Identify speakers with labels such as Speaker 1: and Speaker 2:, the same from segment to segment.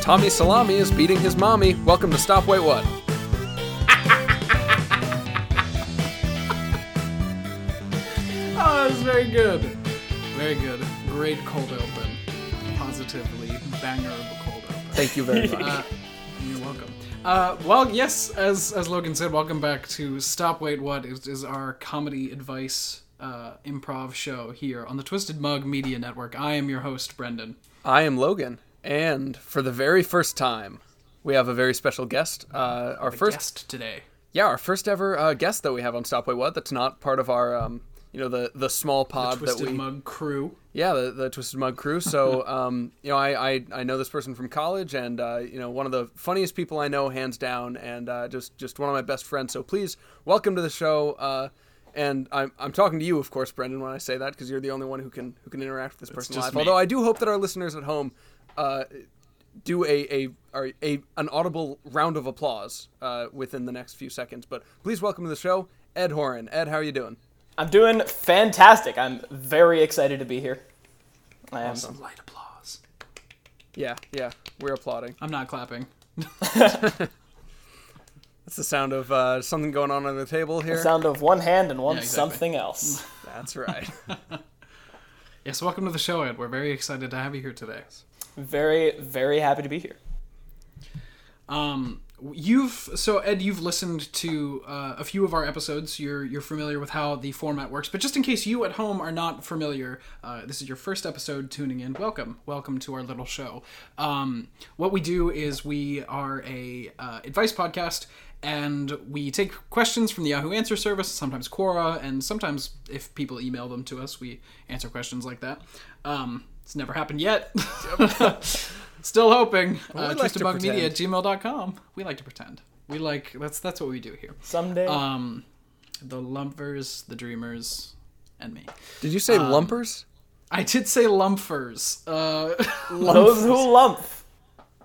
Speaker 1: Tommy Salami is beating his mommy. Welcome to Stop Wait What.
Speaker 2: Oh, it's very good. Very good. Great cold open. Positively banger of a cold open.
Speaker 1: Thank you very much.
Speaker 2: Uh, you're welcome. Uh, well, yes, as as Logan said, welcome back to Stop Wait What is, is our comedy advice uh, improv show here on the Twisted Mug Media Network. I am your host, Brendan.
Speaker 1: I am Logan, and for the very first time, we have a very special guest. Uh, our first,
Speaker 2: Guest today.
Speaker 1: yeah, our first ever uh, guest that we have on Stop Wait What. That's not part of our, um, you know, the the small pod that
Speaker 2: Twisted
Speaker 1: we,
Speaker 2: Mug crew.
Speaker 1: yeah, the, the Twisted Mug crew. So, um, you know, I, I I know this person from college, and uh, you know, one of the funniest people I know, hands down, and uh, just just one of my best friends. So please welcome to the show. Uh, and I'm, I'm talking to you, of course, Brendan, when I say that, because you're the only one who can who can interact with this person
Speaker 2: just
Speaker 1: live.
Speaker 2: me.
Speaker 1: Although I do hope that our listeners at home uh, do a, a, or a an audible round of applause uh, within the next few seconds. But please welcome to the show, Ed Horan. Ed, how are you doing?
Speaker 3: I'm doing fantastic. I'm very excited to be here. I am.
Speaker 2: Light applause.
Speaker 1: Yeah, yeah, we're applauding.
Speaker 2: I'm not clapping.
Speaker 1: That's the sound of uh, something going on on the table here.
Speaker 3: Sound of one hand and one
Speaker 2: Yeah, exactly.
Speaker 3: something else.
Speaker 1: That's right.
Speaker 2: Yes, welcome to the show, Ed. We're very excited to have you here today.
Speaker 3: Very, very happy to be here.
Speaker 2: Um, you've so Ed, you've listened to uh, a few of our episodes. You're you're familiar with how the format works, but just in case you at home are not familiar, uh, this is your first episode tuning in. Welcome, welcome to our little show. Um, what we do is we are a uh, advice podcast. And we take questions from the Yahoo Answer Service, sometimes Quora, and sometimes if people email them to us, we answer questions like that. Um, it's never happened yet. Still hoping. Uh,
Speaker 1: we like to
Speaker 2: twistedbugmedia
Speaker 1: pretend.
Speaker 2: at gmail.com. We like to pretend. We like that's that's what we do here.
Speaker 3: Someday.
Speaker 2: Um, the lumpers, the dreamers, and me.
Speaker 1: Did you say lumpers?
Speaker 2: I did say lumpers. Uh,
Speaker 3: Those who lump.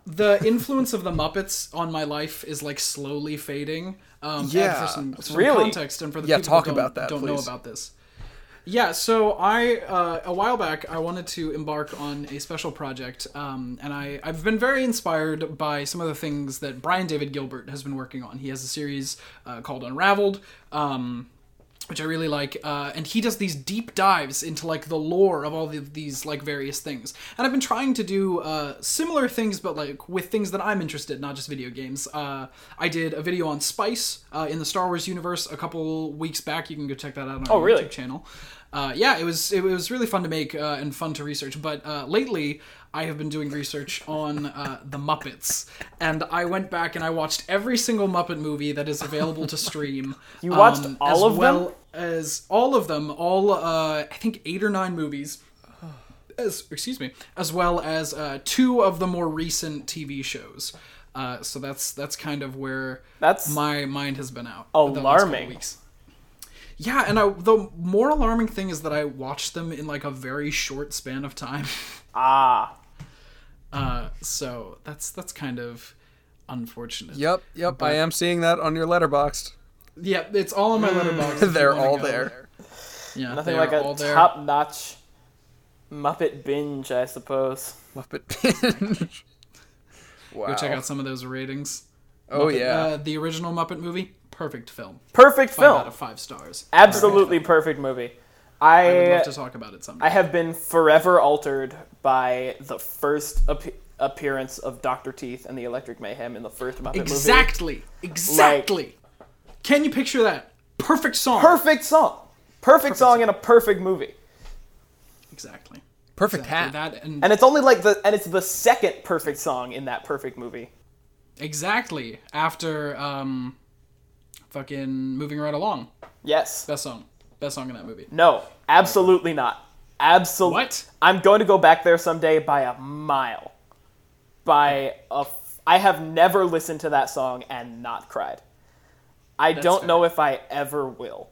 Speaker 2: the influence of the Muppets on my life is like slowly fading. Um, and
Speaker 1: Yeah.
Speaker 2: for some, for some
Speaker 3: Really?
Speaker 2: context and for the
Speaker 1: Yeah,
Speaker 2: people
Speaker 1: talk
Speaker 2: who don't,
Speaker 1: about that,
Speaker 2: don't know
Speaker 1: please.
Speaker 2: about this. Yeah, so I uh, a while back I wanted to embark on a special project, um, and I I've been very inspired by some of the things that Brian David Gilbert has been working on. He has a series uh, called Unraveled. Um, which I really like. Uh, and he does these deep dives into like the lore of all the, these like various things. And I've been trying to do uh, similar things, but like with things that I'm interested, in, not just video games. Uh, I did a video on Spice uh, in the Star Wars universe a couple weeks back. You can go check that out on our
Speaker 3: Oh, really?
Speaker 2: YouTube channel. Uh, yeah, it was it was really fun to make uh, and fun to research. But uh, lately, I have been doing research on uh, the Muppets, and I went back and I watched every single Muppet movie that is available to stream.
Speaker 3: You watched all
Speaker 2: Um, as
Speaker 3: of them?
Speaker 2: well as all of them, all uh, I think eight or nine movies. As excuse me, as well as uh, two of the more recent TV shows. Uh, so that's that's kind of where
Speaker 3: That's
Speaker 2: my mind has been out. the last couple
Speaker 3: Alarming.
Speaker 2: weeks. Yeah, and I, the more alarming thing is that I watched them in like a very short span of time.
Speaker 3: ah.
Speaker 2: Uh, so that's that's kind of unfortunate.
Speaker 1: Yep, yep. I am seeing that on your letterbox.
Speaker 2: Yeah, it's all in my letterbox. if you
Speaker 1: They're
Speaker 2: wanna
Speaker 1: all
Speaker 2: go
Speaker 1: there.
Speaker 2: Yeah,
Speaker 3: Nothing
Speaker 2: they
Speaker 3: like
Speaker 2: are
Speaker 3: a
Speaker 2: all there.
Speaker 3: top-notch Muppet binge, I suppose.
Speaker 1: Muppet Binge. Wow.
Speaker 2: Go check out some of those ratings.
Speaker 1: oh
Speaker 2: Muppet-
Speaker 1: yeah.
Speaker 2: uh, the original Muppet movie, perfect film.
Speaker 3: Perfect
Speaker 2: Five
Speaker 3: film.
Speaker 2: out of five stars.
Speaker 3: Absolutely perfect movie. I,
Speaker 2: I would love to talk about it someday.
Speaker 3: I have been forever altered by the first ap- appearance of Doctor Teeth and the Electric Mayhem in the first Muppet movie.
Speaker 2: exactly, exactly. Can you picture that? Perfect song.
Speaker 3: Perfect song. Perfect song in a perfect movie.
Speaker 2: Exactly.
Speaker 1: Perfect
Speaker 2: Exactly
Speaker 1: hat.
Speaker 2: that and,
Speaker 3: And it's only like the and it's the second perfect song in that perfect movie.
Speaker 2: exactly after um, fucking moving right along.
Speaker 3: Yes.
Speaker 2: Best song. Best song in that movie.
Speaker 3: No. Absolutely not. Absolutely.
Speaker 2: What?
Speaker 3: I'm going to go back there someday by a mile. By a f- I have never listened to that song and not cried. I don't
Speaker 2: fair.
Speaker 3: know if I ever will.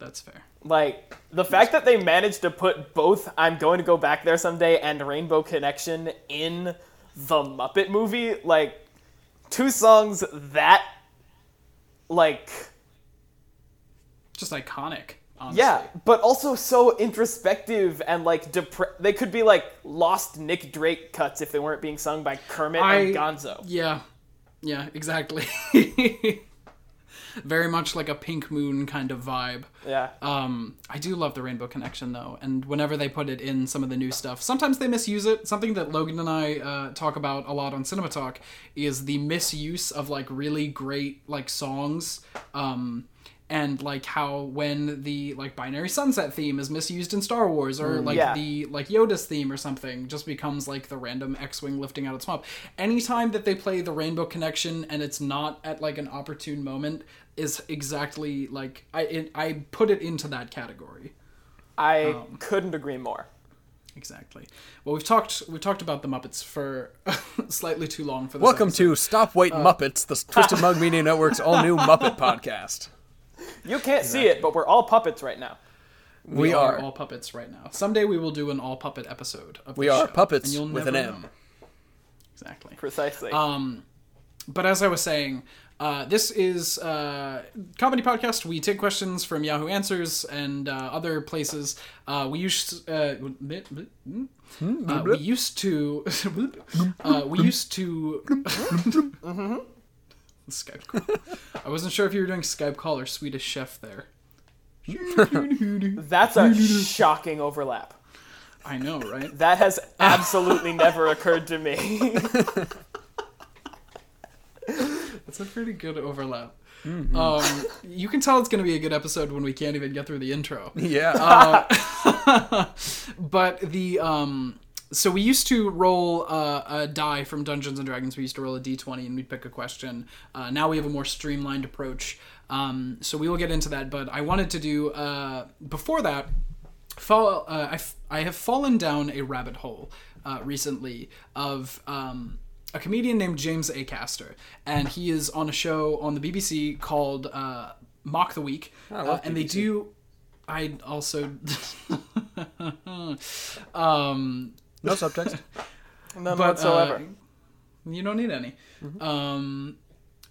Speaker 2: That's fair.
Speaker 3: Like the fact that they managed to put both "I'm going to go back there someday" and "Rainbow Connection" in the Muppet movie, like two songs that, like
Speaker 2: Just iconic. Um, honestly.
Speaker 3: Yeah, but also so introspective and like depre- they could be like lost Nick Drake cuts if they weren't being sung by Kermit and
Speaker 2: I-
Speaker 3: Gonzo.
Speaker 2: Yeah. Yeah, exactly. Very much like a pink moon kind of vibe.
Speaker 3: Yeah.
Speaker 2: Um, I do love the Rainbow Connection though, and whenever they put it in some of the new stuff, sometimes they misuse it. Something that Logan and I uh, talk about a lot on Cinema Talk is the misuse of like really great like songs, um, and like how when the like binary sunset theme is misused in Star Wars or like
Speaker 3: yeah.
Speaker 2: the like Yoda's theme or something just becomes like the random X-wing lifting out its mop. Anytime that they play the Rainbow Connection and it's not at like an opportune moment is exactly like I it, I put it into that category.
Speaker 3: I
Speaker 2: um,
Speaker 3: couldn't agree more.
Speaker 2: Exactly. Well, we've talked we've talked about the Muppets for slightly too long for this.
Speaker 1: Welcome
Speaker 2: episode.
Speaker 1: to Stop Wait
Speaker 2: Uh,
Speaker 1: Muppets, the Twisted Mug Media Network's all new Muppet podcast.
Speaker 3: You can't see it, but we're all puppets right now.
Speaker 1: We, are.
Speaker 2: all puppets right now. Someday we will do an all puppet episode of
Speaker 1: we
Speaker 2: this
Speaker 1: are
Speaker 2: show,
Speaker 1: puppets
Speaker 2: and you'll
Speaker 1: with an
Speaker 2: never
Speaker 1: M.
Speaker 2: know. Exactly.
Speaker 3: Precisely.
Speaker 2: Um, But as I was saying, uh, this is uh, comedy podcast. We take questions from Yahoo Answers and uh, other places. Uh, we used uh, uh, we used to uh, we used to Skype. Call. I wasn't sure if you were doing Skype call or Swedish Chef there.
Speaker 3: That's a shocking overlap.
Speaker 2: I know, right?
Speaker 3: That has absolutely never occurred to me.
Speaker 2: That's a pretty good overlap. Um, you can tell it's going to be a good episode when we can't even get through the intro.
Speaker 1: Yeah. Um,
Speaker 2: but the um so we used to roll uh, a die from Dungeons and Dragons. We used to roll a d20 and we'd pick a question. Uh, now we have a more streamlined approach. Um, so we will get into that. But I wanted to do uh, before that. Fall, uh, I, f- I have fallen down a rabbit hole uh, recently of um, a comedian named James A. Caster, and he is on a show on the BBC called uh, Mock the Week, uh, and they do. I also um
Speaker 1: no subtext.
Speaker 3: None
Speaker 2: But,
Speaker 3: whatsoever.
Speaker 2: you don't need any um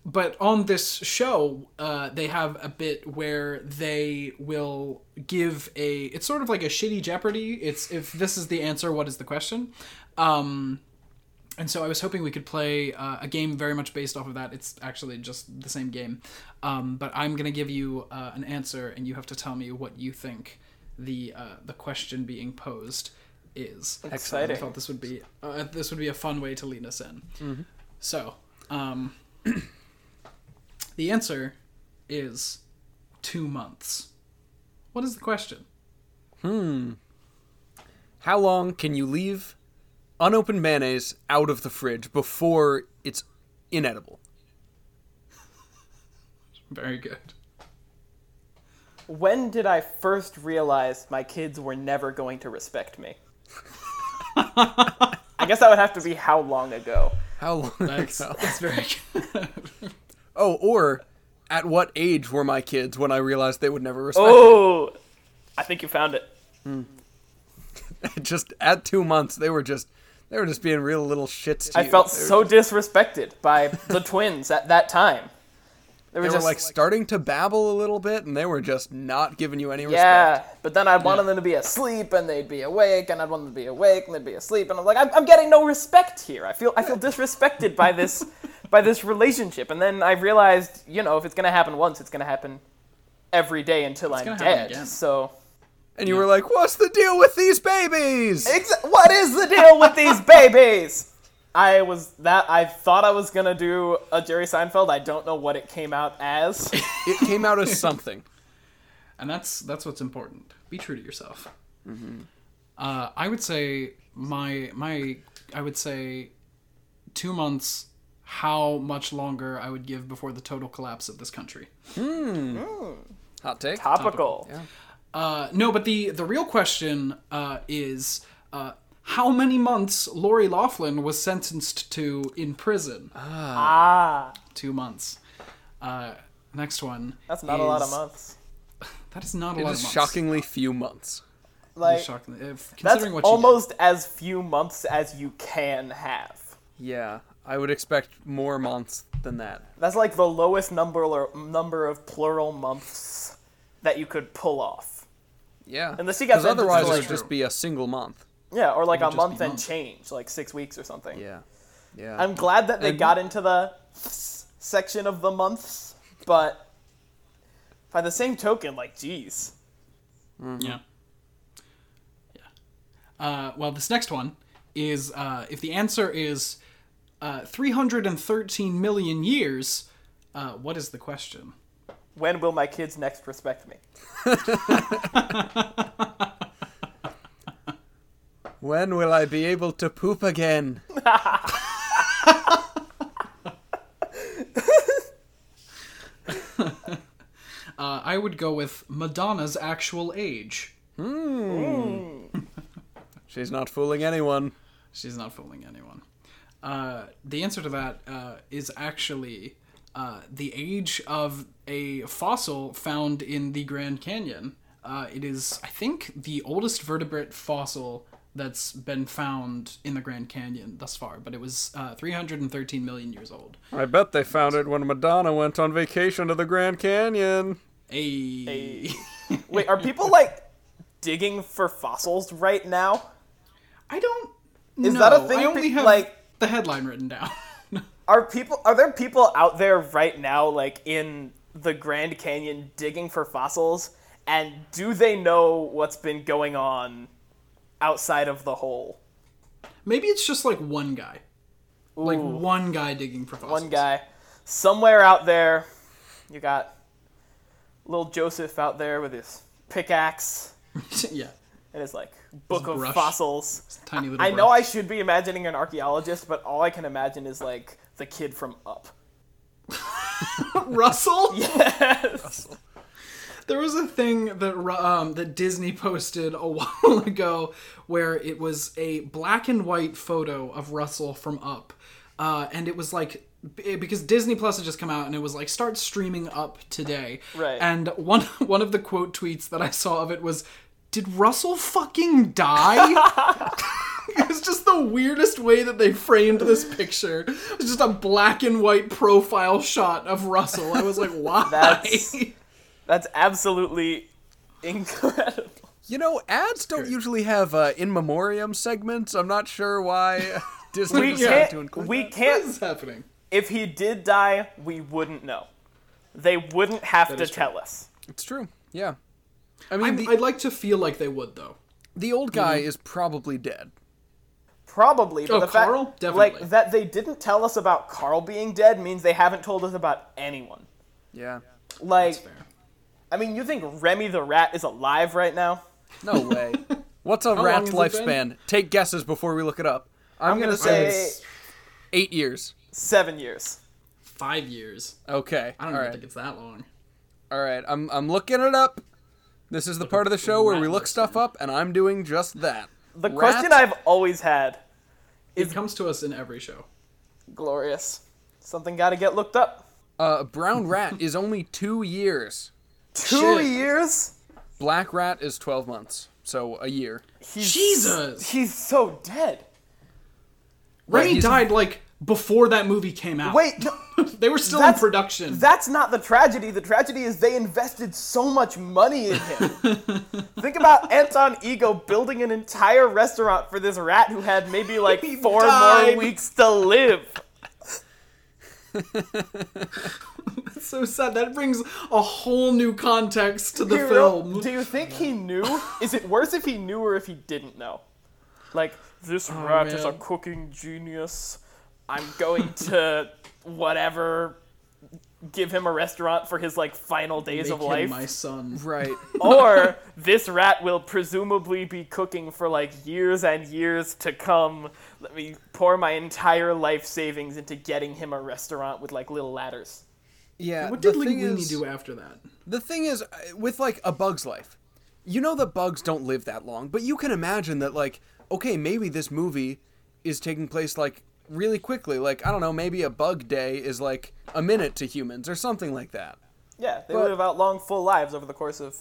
Speaker 2: but on this show uh they have a bit where they will give a it's sort of like a shitty jeopardy it's if this is the answer what is the question um and so I was hoping we could play uh, a game very much based off of that. It's actually just the same game, um, but I'm gonna give you uh, an answer, and you have to tell me what you think the uh, the question being posed is.
Speaker 3: Exciting.
Speaker 2: I thought this would be uh, this would be a fun way to lead us in. So, um, the answer is two months. What is the question?
Speaker 1: How long can you leave unopened mayonnaise out of the fridge before it's inedible?
Speaker 2: Very good.
Speaker 3: When did I first realize my kids were never going to respect me? I guess that would have to be how long ago?
Speaker 1: How long?
Speaker 2: That's, that's very good.
Speaker 1: Oh, or at what age were my kids when I realized they would never respect?
Speaker 3: Oh, I think you found it.
Speaker 1: just at two months, they were just they were just being real little shits. To
Speaker 3: I
Speaker 1: you.
Speaker 3: felt
Speaker 1: They were-
Speaker 3: so disrespected by the twins at that time. They were
Speaker 1: They were
Speaker 3: just
Speaker 1: like starting to babble a little bit, and they were just not giving you any
Speaker 3: yeah,
Speaker 1: respect.
Speaker 3: but then I'd wanted them to be asleep and they'd be awake, and I'd want them to be awake and they'd be asleep, and I'm like, I'm, I'm getting no respect here. I feel I feel disrespected by this by this relationship, and then I realized, you know, if it's gonna happen once, it's gonna happen every day until I'm
Speaker 2: gonna happen
Speaker 3: dead.
Speaker 2: again.
Speaker 3: So
Speaker 1: And you were like, "What's the deal with these babies?"
Speaker 3: Exa- what is the deal with these babies? I was that I thought I was gonna do a Jerry Seinfeld. I don't know what it came out as.
Speaker 1: It came out as something.
Speaker 2: and that's that's what's important. Be true to yourself. Uh, I would say my my I would say two months. How much longer I would give before the total collapse of this country?
Speaker 1: Hot take.
Speaker 3: Topical.
Speaker 2: Uh, no, but the the real question uh, is uh, how many months Lori Laughlin was sentenced to in prison?
Speaker 3: Ah,
Speaker 2: Two months. Uh, next one.
Speaker 3: that's not a lot of
Speaker 2: is-
Speaker 3: months.
Speaker 2: That is not a
Speaker 1: It
Speaker 2: lot
Speaker 1: is
Speaker 2: of months.
Speaker 1: shockingly few months.
Speaker 2: It
Speaker 3: Like
Speaker 2: is shocking. If,
Speaker 3: that's
Speaker 2: considering what she did.
Speaker 3: almost as few months as you can have.
Speaker 1: Yeah, I would expect more months than that.
Speaker 3: That's like the lowest number or number of plural months that you could pull off.
Speaker 1: Yeah.
Speaker 3: Unless he got
Speaker 1: Because
Speaker 3: that just
Speaker 1: otherwise it
Speaker 3: like-
Speaker 1: would just be a single month.
Speaker 3: Yeah, or like a
Speaker 2: would just
Speaker 3: month
Speaker 2: be
Speaker 3: and
Speaker 2: months.
Speaker 3: change, like six weeks or something.
Speaker 1: Yeah. Yeah.
Speaker 3: I'm glad that they
Speaker 1: And-
Speaker 3: got into the section of the months, but by the same token, like, geez.
Speaker 2: Yeah. Yeah. Uh, well, this next one is uh, if the answer is uh, 313 million years, uh, what is the question?
Speaker 3: When will my kids next respect me?
Speaker 1: when will I be able to poop again?
Speaker 2: Uh, I would go with Madonna's actual age.
Speaker 1: She's not fooling anyone.
Speaker 2: She's not fooling anyone. Uh, the answer to that uh, is actually uh, the age of a fossil found in the Grand Canyon. Uh, it is, I think, the oldest vertebrate fossil that's been found in the Grand Canyon thus far, but it was uh, 313 million years old.
Speaker 1: I bet they found it when Madonna went on vacation to the Grand Canyon.
Speaker 2: Ayy.
Speaker 3: Wait, are people like digging for fossils right now?
Speaker 2: I don't.
Speaker 3: Is
Speaker 2: know.
Speaker 3: that a thing
Speaker 2: I only
Speaker 3: pe-
Speaker 2: have
Speaker 3: like-
Speaker 2: the headline written down.
Speaker 3: Are people are there people out there right now like in the Grand Canyon digging for fossils and do they know what's been going on outside of the hole?
Speaker 2: Maybe it's just like one guy, like one guy digging for fossils.
Speaker 3: One guy somewhere out there you got little Joseph out there with his pickaxe
Speaker 2: yeah,
Speaker 3: and his like book of
Speaker 2: brush.
Speaker 3: fossils.
Speaker 2: tiny little.
Speaker 3: I know
Speaker 2: brush.
Speaker 3: I should be imagining an archaeologist, but all I can imagine is like the kid from Up.
Speaker 2: Russell.
Speaker 3: Yes.
Speaker 2: There was a thing that Ru- um, that Disney posted a while ago where it was a black and white photo of Russell from Up, uh, and it was like b- because Disney Plus had just come out and it was like start streaming Up today.
Speaker 3: Right.
Speaker 2: And one one of the quote tweets that I saw of it was, "Did Russell fucking die?" It was just the weirdest way that they framed this picture. It was just a black and white profile shot of Russell. I was like, why?
Speaker 3: That's- That's absolutely incredible.
Speaker 1: You know, ads don't usually have uh, in memoriam segments. I'm not sure why Disney
Speaker 3: We
Speaker 1: decided to
Speaker 3: can't.
Speaker 1: include.
Speaker 3: We
Speaker 2: What
Speaker 3: can't.
Speaker 2: is happening?
Speaker 3: If he did die, we wouldn't know. They wouldn't have to
Speaker 2: is true.
Speaker 3: tell us.
Speaker 1: it's true. Yeah. I mean,
Speaker 2: I'm, Mm-hmm.
Speaker 1: the,
Speaker 2: I'd like to feel like they would, though.
Speaker 1: the old guy is probably dead.
Speaker 3: Probably, but
Speaker 2: Oh,
Speaker 3: the fact
Speaker 2: Carl? Definitely.
Speaker 3: like that they didn't tell us about Carl being dead means they haven't told us about anyone.
Speaker 1: Yeah.
Speaker 3: Like, I mean, you think Remy the rat is alive right now?
Speaker 1: No way. What's a
Speaker 2: long
Speaker 1: rat's
Speaker 2: has it been?
Speaker 1: lifespan? Take guesses before we look it up. I'm,
Speaker 3: I'm
Speaker 1: gonna,
Speaker 3: gonna
Speaker 1: say
Speaker 3: say
Speaker 1: eight years.
Speaker 3: seven years.
Speaker 2: Five years.
Speaker 1: Okay.
Speaker 2: I don't
Speaker 1: All
Speaker 2: even
Speaker 1: right.
Speaker 2: think it's that long.
Speaker 1: All right. I'm I'm looking it up. This is the part of the show where we
Speaker 2: rat
Speaker 1: look stuff
Speaker 2: lifespan.
Speaker 1: up, and I'm doing just that.
Speaker 3: The question I've always had,
Speaker 2: it comes to us in every show.
Speaker 3: glorious. Something got to get looked up.
Speaker 1: uh, brown rat is only two years.
Speaker 3: Two
Speaker 2: Shit.
Speaker 3: years?
Speaker 1: Black rat is twelve months, so a year.
Speaker 3: He's,
Speaker 2: Jesus!
Speaker 3: He's so dead.
Speaker 2: Remy
Speaker 1: he's-
Speaker 2: died like before that movie came out.
Speaker 3: Wait, no,
Speaker 2: they were still in
Speaker 3: that's-
Speaker 2: production.
Speaker 3: that's not the tragedy. The tragedy is they invested so much money in him. Think about Anton Ego building an entire restaurant for this rat who had maybe like
Speaker 2: He
Speaker 3: four
Speaker 2: died.
Speaker 3: more weeks to live.
Speaker 2: That's so sad. That brings a whole new context to the
Speaker 3: Do you real-
Speaker 2: film.
Speaker 3: Do you think he knew? Is it worse if he knew or if he didn't know? Like, this rat is a
Speaker 2: Oh, man.
Speaker 3: cooking genius. I'm going to whatever give him a restaurant for his like final days
Speaker 2: Make
Speaker 3: of
Speaker 2: him
Speaker 3: life.
Speaker 2: my son.
Speaker 1: Right.
Speaker 2: Oh,
Speaker 3: or this rat will presumably be cooking for like years and years to come. Let me pour my entire life savings into getting him a restaurant with like little ladders.
Speaker 1: Yeah.
Speaker 2: What did
Speaker 1: the thing
Speaker 2: Linguini
Speaker 1: is-
Speaker 2: do after that?
Speaker 1: The thing is, uh, with like a bug's life, you know that bugs don't live that long, but you can imagine that, like, okay, maybe this movie is taking place like really quickly. Like, I don't know, maybe a bug day is like a minute to humans or something like that.
Speaker 3: Yeah, they
Speaker 1: But-
Speaker 3: live out long, full lives over the course of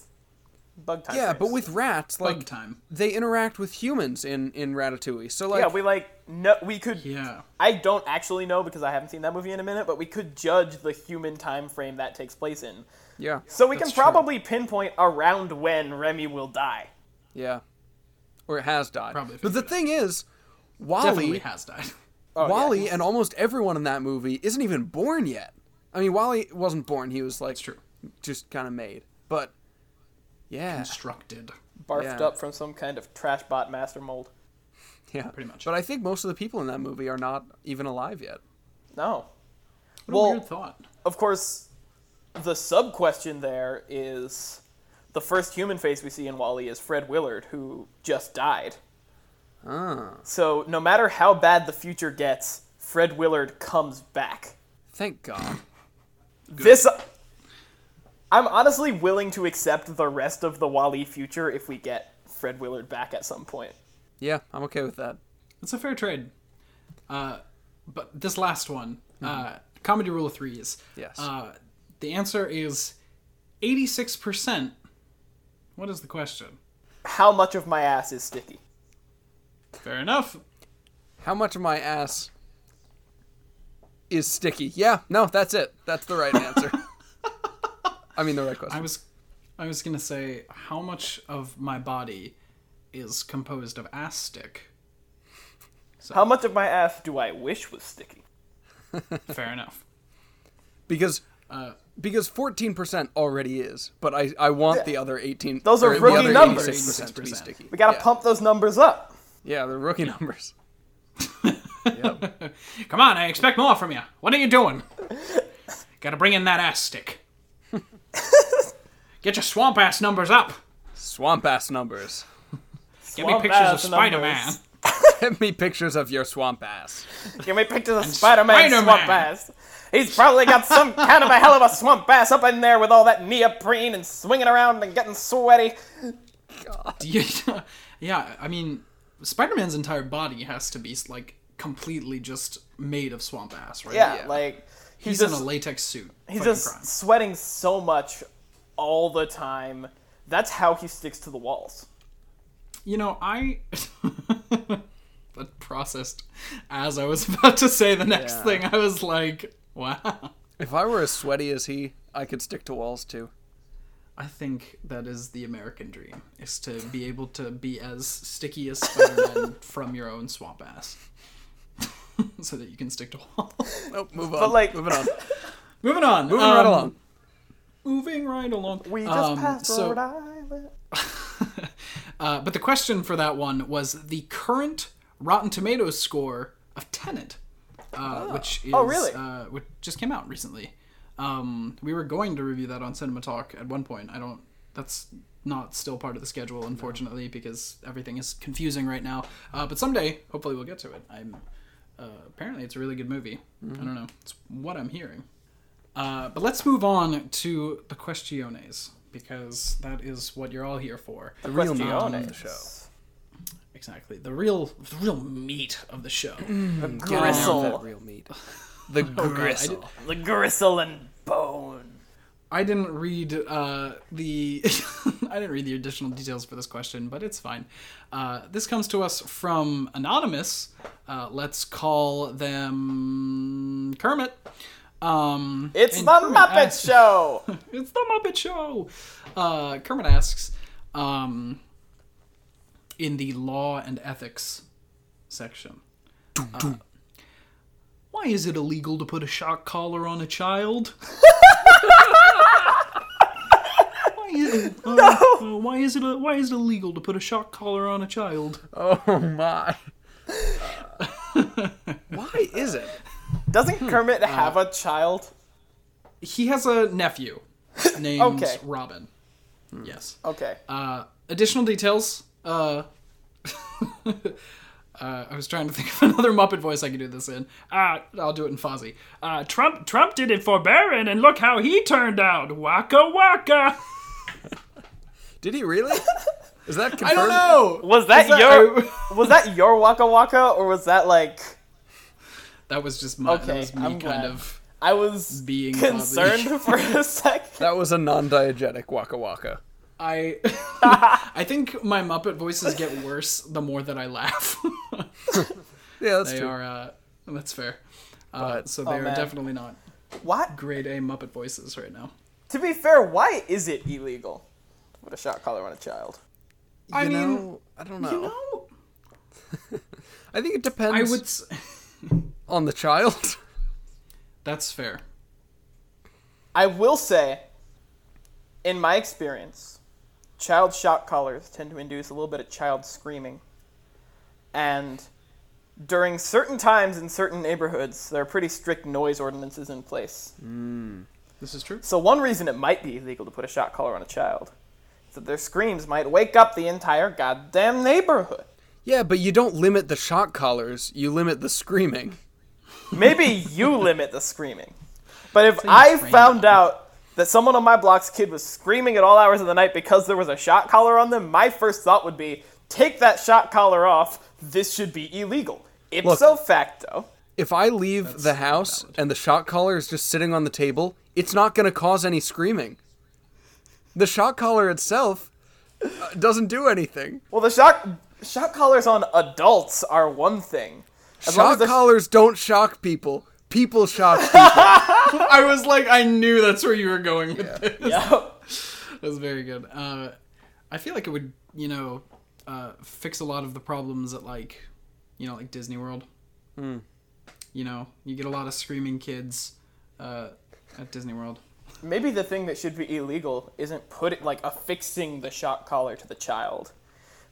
Speaker 3: bug time.
Speaker 1: Yeah,
Speaker 3: phrase.
Speaker 1: but with rats,
Speaker 2: Bug
Speaker 1: like
Speaker 2: time.
Speaker 1: they interact with humans in in Ratatouille. So like,
Speaker 3: yeah, we like no, we could.
Speaker 2: Yeah.
Speaker 3: I don't actually know because I haven't seen that movie in a minute, but we could judge the human time frame that takes place in.
Speaker 1: yeah,
Speaker 3: So we can
Speaker 2: That's true.
Speaker 3: probably pinpoint around when Remy will die.
Speaker 1: yeah, or it has died.
Speaker 2: Probably
Speaker 1: But the thing is,
Speaker 2: Definitely oh,
Speaker 1: Wally,
Speaker 2: has died.
Speaker 1: Wally, and almost everyone in that movie isn't even born yet. I mean, Wally wasn't born; he was like
Speaker 2: It's true.
Speaker 1: just kind of made. But yeah,
Speaker 2: Constructed.
Speaker 3: Barfed
Speaker 1: Yeah.
Speaker 3: up from some kind of trash bot master mold.
Speaker 1: yeah,
Speaker 2: pretty much.
Speaker 1: But I think most of the people in that movie are not even alive yet.
Speaker 3: No.
Speaker 2: What
Speaker 3: Well-
Speaker 2: a weird thought.
Speaker 3: Of course, the sub question there is the first human face we see in Wally is Fred Willard, who just died.
Speaker 1: Ah,
Speaker 3: So no matter how bad the future gets, Fred Willard comes back.
Speaker 1: thank God.
Speaker 3: This. I'm honestly willing to accept the rest of the Wally future if we get Fred Willard back at some point.
Speaker 1: Yeah, I'm okay with that.
Speaker 2: It's a fair trade. Uh, but this last one, uh, comedy rule of threes.
Speaker 1: Yes.
Speaker 2: Uh, the answer is 86%. What is the question?
Speaker 3: How much of my ass is sticky?
Speaker 2: Fair enough.
Speaker 1: How much of my ass is sticky? Yeah, no, that's it. That's the right answer. I mean, the right
Speaker 2: I
Speaker 1: question.
Speaker 2: was I was going to say how much of my body is composed of ass stick.
Speaker 3: How much of my ass do I wish was sticky?
Speaker 2: Fair enough.
Speaker 1: Because because fourteen percent already is, but I, I want the other eighteen.
Speaker 3: Those are
Speaker 1: or
Speaker 3: rookie
Speaker 1: the
Speaker 3: numbers.
Speaker 1: percent to be
Speaker 2: 86%.
Speaker 1: sticky.
Speaker 3: We gotta
Speaker 1: yeah.
Speaker 3: pump those numbers up.
Speaker 1: Yeah, the rookie numbers.
Speaker 2: Come on, I expect more from you. What are you doing? Got to bring in that ass stick. Get your swamp ass numbers up.
Speaker 1: Swamp ass numbers.
Speaker 2: Give me pictures of Spider-Man.
Speaker 1: Send me pictures of your swamp ass.
Speaker 3: Give me pictures of Spider Man
Speaker 2: Spider-Man.
Speaker 3: swamp ass. He's probably got some kind of a hell of a swamp ass up in there with all that neoprene and swinging around and getting sweaty.
Speaker 2: yeah, yeah, I mean, Spider Man's entire body has to be like completely just made of swamp ass, right?
Speaker 3: Yeah,
Speaker 1: Yeah.
Speaker 3: like he's,
Speaker 2: He's
Speaker 3: just
Speaker 2: in a latex suit.
Speaker 3: he's
Speaker 2: fighting
Speaker 3: just
Speaker 2: crime.
Speaker 3: sweating so much all the time. That's how he sticks to the walls.
Speaker 2: You know, I. but processed as I was about to say the next
Speaker 1: Yeah.
Speaker 2: thing, I was like, wow.
Speaker 1: If I were as sweaty as he, I could stick to walls too.
Speaker 2: I think that is the American dream: is to be able to be as sticky as Spider-Man from your own swamp ass, so that you can stick to walls.
Speaker 1: Nope, move on.
Speaker 3: like- um,
Speaker 1: moving on.
Speaker 2: Moving on. Um,
Speaker 1: Moving right along.
Speaker 2: Moving right along.
Speaker 3: We just
Speaker 2: Um,
Speaker 3: passed
Speaker 2: so-
Speaker 3: Rhode Island.
Speaker 2: Uh, but the question for that one was the current Rotten Tomatoes score of Tenant, uh, which is
Speaker 3: really?
Speaker 2: uh, which just came out recently. Um, we were going to review that on Cinema Talk at one point. I don't. That's not still part of the schedule, unfortunately, because everything is confusing right now. Uh, but someday, hopefully, we'll get to it. I'm. Uh, apparently, it's a really good movie. I don't know. It's what I'm hearing. Uh, but let's move on to the questiones because that is what you're all here for.
Speaker 1: The real
Speaker 3: Question
Speaker 1: name
Speaker 3: on
Speaker 1: of
Speaker 3: it.
Speaker 1: the show.
Speaker 2: Exactly. The real the real meat of the show.
Speaker 1: Get in there with that
Speaker 3: Gristle.
Speaker 1: real meat. The gristle.
Speaker 3: The gristle and bone.
Speaker 2: I didn't read uh, the I didn't read the additional details for this question, but it's fine. Uh, this comes to us from anonymous. Uh, let's call them Kermit. Um,
Speaker 3: It's
Speaker 2: and
Speaker 3: the
Speaker 2: Kermit
Speaker 3: Muppet
Speaker 2: asks-
Speaker 3: Show.
Speaker 2: It's the Muppet Show. Uh, Kermit asks, um, in the law and ethics section, uh, why is it illegal to put a shock collar on a child? why is it? uh, uh, why is it? why is it illegal to put a shock collar on a child?
Speaker 1: Oh my. Why is it?
Speaker 3: Doesn't
Speaker 2: Uh,
Speaker 3: Kermit have a child?
Speaker 2: He has a nephew named
Speaker 3: Okay.
Speaker 2: Robin. Yes.
Speaker 3: Okay.
Speaker 2: Uh, additional details. Uh, uh, I was trying to think of another Muppet voice I could do this in. Uh, I'll do it in Fozzie. Uh, Trump, Trump did it for Barron, and look how he turned out. Waka waka.
Speaker 1: Did he really? Is that confirmed?
Speaker 2: I don't know.
Speaker 3: was that,
Speaker 2: that-
Speaker 3: your
Speaker 2: I-
Speaker 3: was that your Waka Waka or was that like
Speaker 2: That was just my. that
Speaker 3: Okay,
Speaker 2: was me
Speaker 3: I'm
Speaker 2: kind
Speaker 3: glad.
Speaker 2: of
Speaker 3: I was
Speaker 2: being
Speaker 3: concerned
Speaker 2: Fozzie.
Speaker 3: for a second?
Speaker 1: That was a non-diegetic waka waka.
Speaker 2: I I think my Muppet voices get worse the more that I laugh.
Speaker 1: Yeah, that's
Speaker 2: they
Speaker 1: true.
Speaker 2: are uh, that's fair. Uh, so they
Speaker 3: Oh,
Speaker 2: are
Speaker 3: man.
Speaker 2: definitely not
Speaker 3: What?
Speaker 2: grade A Muppet voices right now.
Speaker 3: To be fair, why is it illegal? Put a shot collar on a child.
Speaker 2: I
Speaker 1: you
Speaker 2: mean,
Speaker 1: know, I don't know.
Speaker 2: you know,
Speaker 1: I think it
Speaker 2: I
Speaker 1: depends
Speaker 2: would. s-
Speaker 1: on the child.
Speaker 2: That's fair.
Speaker 3: I will say, in my experience, child shock collars tend to induce a little bit of child screaming. And during certain times in certain neighborhoods, there are pretty strict noise ordinances in place.
Speaker 2: This is true.
Speaker 3: So, one reason it might be illegal to put a shock collar on a child is that their screams might wake up the entire goddamn neighborhood.
Speaker 1: Yeah, but you don't limit the shock collars, you limit the screaming.
Speaker 3: Maybe you limit the screaming. But if
Speaker 2: you
Speaker 3: I
Speaker 2: frame
Speaker 3: found
Speaker 2: it.
Speaker 3: out that someone on my block's kid was screaming at all hours of the night because there was a shot collar on them, my first thought would be take that shot collar off. This should be illegal. Ipso facto.
Speaker 1: If I leave the house and the shock collar is just sitting on the table, it's not going to cause any screaming. The shock collar itself uh, doesn't do anything.
Speaker 3: Well, the shot shot collars on adults are one thing. As long as
Speaker 1: Shock
Speaker 3: the-
Speaker 1: collars don't shock people. People shock people.
Speaker 2: I was like, I knew that's where you were going with this.
Speaker 3: Yeah.
Speaker 2: That was very good. Uh, I feel like it would, you know, uh, fix a lot of the problems at like, you know, like Disney World. You know, you get a lot of screaming kids uh, at Disney World.
Speaker 3: Maybe the thing that should be illegal isn't put it like affixing the shock collar to the child,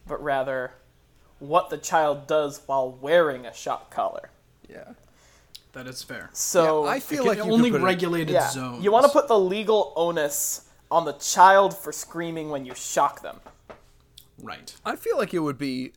Speaker 3: but rather what the child does while wearing a shock collar.
Speaker 1: yeah.
Speaker 2: That is fair.
Speaker 3: So
Speaker 1: I feel
Speaker 2: Like
Speaker 1: like you could
Speaker 2: only
Speaker 1: put it-
Speaker 2: regulated
Speaker 3: yeah,
Speaker 2: zones.
Speaker 3: you want to put the legal onus on the child for screaming when you shock them.
Speaker 2: right.
Speaker 1: I feel like it would be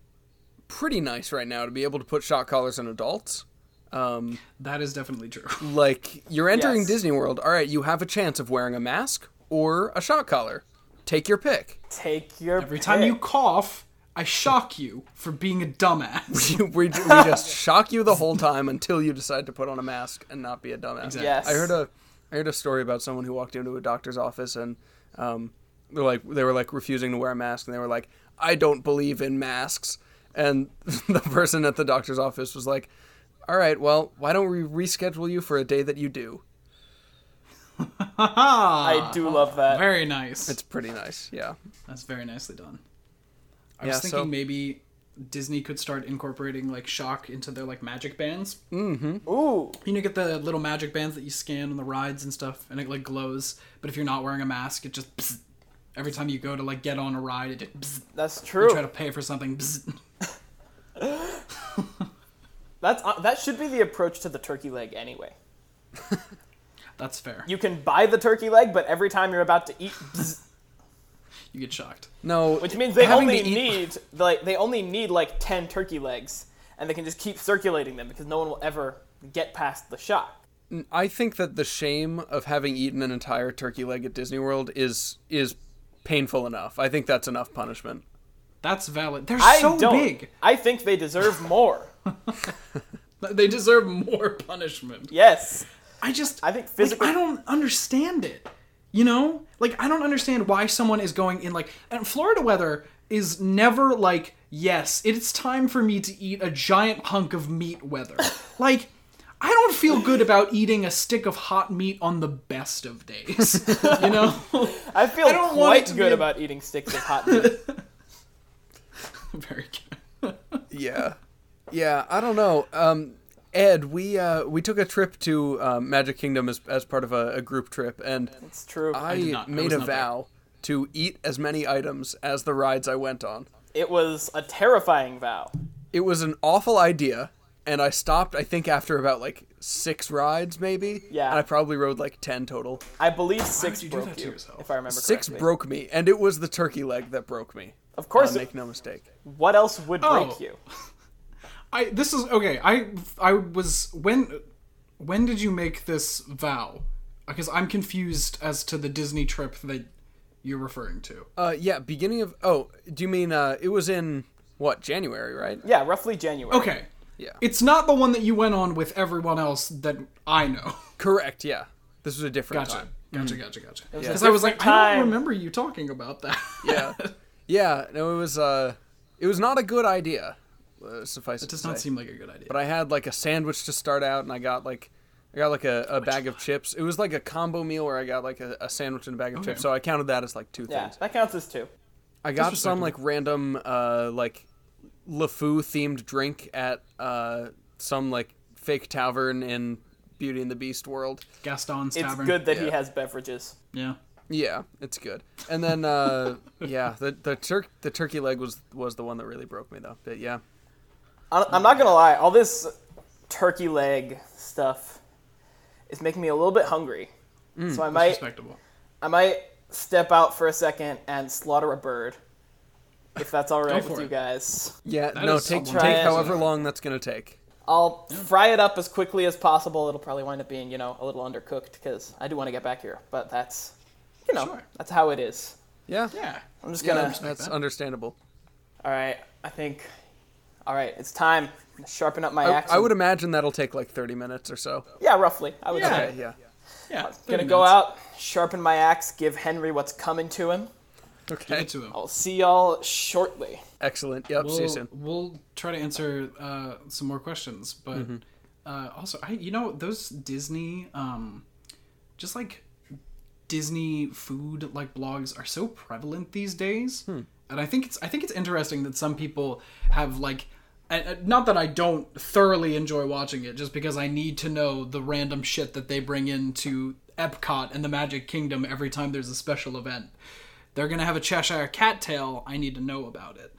Speaker 1: pretty nice right now to be able to put shock collars on adults.
Speaker 2: That is definitely true.
Speaker 1: Like you're entering
Speaker 3: Yes.
Speaker 1: Disney World. All right, you have a chance of wearing a mask or a shock collar. Take your pick.
Speaker 3: Take your
Speaker 2: Every time you cough, I shock you for being a dumbass.
Speaker 1: we, we just shock you the whole time until you decide to put on a mask and not be a dumbass.
Speaker 2: Exactly.
Speaker 3: yes,
Speaker 1: I heard a I heard a story about someone who walked into a doctor's office and um, they're like they were like refusing to wear a mask and they were like I don't believe in masks and the person at the doctor's office was like all right well why don't we reschedule you for a day that you do
Speaker 2: ah,
Speaker 3: I do love that.
Speaker 2: very nice.
Speaker 1: it's pretty nice yeah
Speaker 2: That's very nicely done. I
Speaker 1: Yeah,
Speaker 2: was
Speaker 1: so-
Speaker 2: thinking maybe Disney could start incorporating like shock into their like magic bands.
Speaker 3: Ooh,
Speaker 2: You know, get the little magic bands that you scan on the rides and stuff, and it like glows. But if you're not wearing a mask, it just bzz. every time you go to like get on a ride, it just bzz.
Speaker 3: that's
Speaker 2: You try to
Speaker 3: true.
Speaker 2: pay for something. Bzz.
Speaker 3: That's uh, that should be the approach to the turkey leg anyway.
Speaker 2: That's fair. You,
Speaker 3: You can buy the turkey leg, but every time you're about to eat, bzz,
Speaker 2: get shocked.
Speaker 1: no
Speaker 3: which means they
Speaker 1: having to
Speaker 3: only
Speaker 1: eat-
Speaker 3: need like they only need like ten turkey legs, and they can just keep circulating them because no one will ever get past the shock.
Speaker 1: I think that the shame of having eaten an entire turkey leg at Disney World is is painful enough. I think that's enough punishment.
Speaker 2: That's valid. They're
Speaker 3: I
Speaker 2: so
Speaker 3: don't.
Speaker 2: big.
Speaker 3: I think they deserve more.
Speaker 2: They deserve more punishment.
Speaker 3: yes,
Speaker 2: I just
Speaker 3: I think
Speaker 2: like,
Speaker 3: physically-
Speaker 2: I don't understand it. You know? Like I don't understand why someone is going in like and Florida weather is never like, yes, it's time for me to eat a giant hunk of meat weather. like I don't feel good about eating a stick of hot meat on the best of days. you know?
Speaker 3: I feel
Speaker 2: don't want it
Speaker 3: quite
Speaker 2: to
Speaker 3: good
Speaker 2: be-
Speaker 3: about eating sticks of hot meat.
Speaker 2: Very good.
Speaker 1: Yeah, yeah. I don't know. Um, Ed, we uh, we took a trip to um, Magic Kingdom as as part of a, a group trip, and
Speaker 3: It's true.
Speaker 1: I,
Speaker 2: did not- I
Speaker 1: made
Speaker 2: was
Speaker 1: a
Speaker 2: not there.
Speaker 1: vow to eat as many items as the rides I went on.
Speaker 3: It was a terrifying vow.
Speaker 1: It was an awful idea, and I stopped. I think after about like six rides, maybe.
Speaker 3: Yeah.
Speaker 1: And I probably rode like ten total.
Speaker 3: I believe six
Speaker 2: would you do that
Speaker 3: broke
Speaker 2: to
Speaker 3: you,
Speaker 2: yourself?
Speaker 3: if I remember
Speaker 1: Six
Speaker 3: correctly.
Speaker 1: broke me, and it was the turkey leg that broke me.
Speaker 3: Of course,
Speaker 1: Uh, make no mistake.
Speaker 3: what else would
Speaker 2: Oh.
Speaker 3: break you?
Speaker 2: I this is okay. I I was when when did you make this vow? Because I'm confused as to the Disney trip that you're referring to.
Speaker 1: Uh, yeah, beginning of. Oh, do you mean uh, it was in what January, right?
Speaker 3: Yeah, roughly January.
Speaker 2: Okay.
Speaker 1: Yeah.
Speaker 2: It's not the one that you went on with everyone else that I know.
Speaker 1: Correct. Yeah, this was a different
Speaker 2: Gotcha.
Speaker 1: time.
Speaker 2: Gotcha, gotcha, gotcha.
Speaker 3: was a
Speaker 2: Because I was like,
Speaker 3: different
Speaker 2: I don't
Speaker 3: time.
Speaker 2: remember you talking about that.
Speaker 1: yeah, yeah. No, it was uh, it was not a good idea. Uh, suffice it
Speaker 2: Does
Speaker 1: to
Speaker 2: not
Speaker 1: say.
Speaker 2: seem like a good idea.
Speaker 1: but I had like a sandwich to start out, and I got like I got like a, a bag of chips. It was like a combo meal where I got like a, a sandwich and a bag of
Speaker 2: Okay.
Speaker 1: chips. So I counted that as like two
Speaker 3: Yeah,
Speaker 1: things.
Speaker 3: that counts as two.
Speaker 1: I got some like random uh like LeFou themed drink at uh some like fake tavern in Beauty and the Beast world.
Speaker 2: Gaston's
Speaker 3: It's
Speaker 2: Tavern.
Speaker 3: good that he
Speaker 1: Yeah.
Speaker 3: has beverages.
Speaker 2: Yeah.
Speaker 1: Yeah, it's good. And then uh yeah, the the turk the turkey leg was was the one that really broke me though. But yeah.
Speaker 3: I'm I'm not gonna lie, all this turkey leg stuff is making me a little bit hungry.
Speaker 2: Mm,
Speaker 3: so I might,
Speaker 2: Respectable.
Speaker 3: I might step out for a second and slaughter a bird, if that's all right
Speaker 2: Go
Speaker 3: with
Speaker 2: for
Speaker 3: you
Speaker 2: it.
Speaker 3: guys.
Speaker 1: Yeah, no,
Speaker 2: is
Speaker 1: take
Speaker 2: someone-
Speaker 1: take
Speaker 3: Try it.
Speaker 1: however long that's going to take.
Speaker 3: I'll fry it up as quickly as possible. It'll probably wind up being, you know, a little undercooked because I do want to get back here. But that's, you know,
Speaker 2: Sure.
Speaker 3: that's how it is.
Speaker 1: Yeah.
Speaker 2: Yeah.
Speaker 3: I'm just
Speaker 2: Yeah,
Speaker 3: gonna.
Speaker 2: I'm just-
Speaker 1: That's
Speaker 2: that.
Speaker 1: understandable.
Speaker 3: all right, I think. All right, it's time. I'm gonna sharpen up my
Speaker 1: I,
Speaker 3: axe.
Speaker 1: I
Speaker 3: and-
Speaker 1: would imagine that'll take like 30 minutes or so.
Speaker 3: Yeah, roughly. I would
Speaker 2: Yeah.
Speaker 3: say.
Speaker 1: Okay, yeah.
Speaker 2: Yeah.
Speaker 3: Gonna
Speaker 2: 30
Speaker 3: go
Speaker 2: minutes.
Speaker 3: out, sharpen my axe, give Henry what's coming to him.
Speaker 1: Okay.
Speaker 2: Get to him.
Speaker 3: I'll see y'all shortly.
Speaker 1: Excellent. Yep, see you
Speaker 2: We'll,
Speaker 1: soon.
Speaker 2: we'll try to answer uh, some more questions, but
Speaker 1: Mm-hmm.
Speaker 2: uh, also, I you know those Disney, um, just like Disney food like blogs are so prevalent these days,
Speaker 1: Hmm.
Speaker 2: and I think it's I think it's interesting that some people have like. And uh, not that I don't thoroughly enjoy watching it, just because I need to know the random shit that they bring into Epcot and the Magic Kingdom every time there's a special event. They're gonna have a Cheshire Cat Tail. I need to know about it.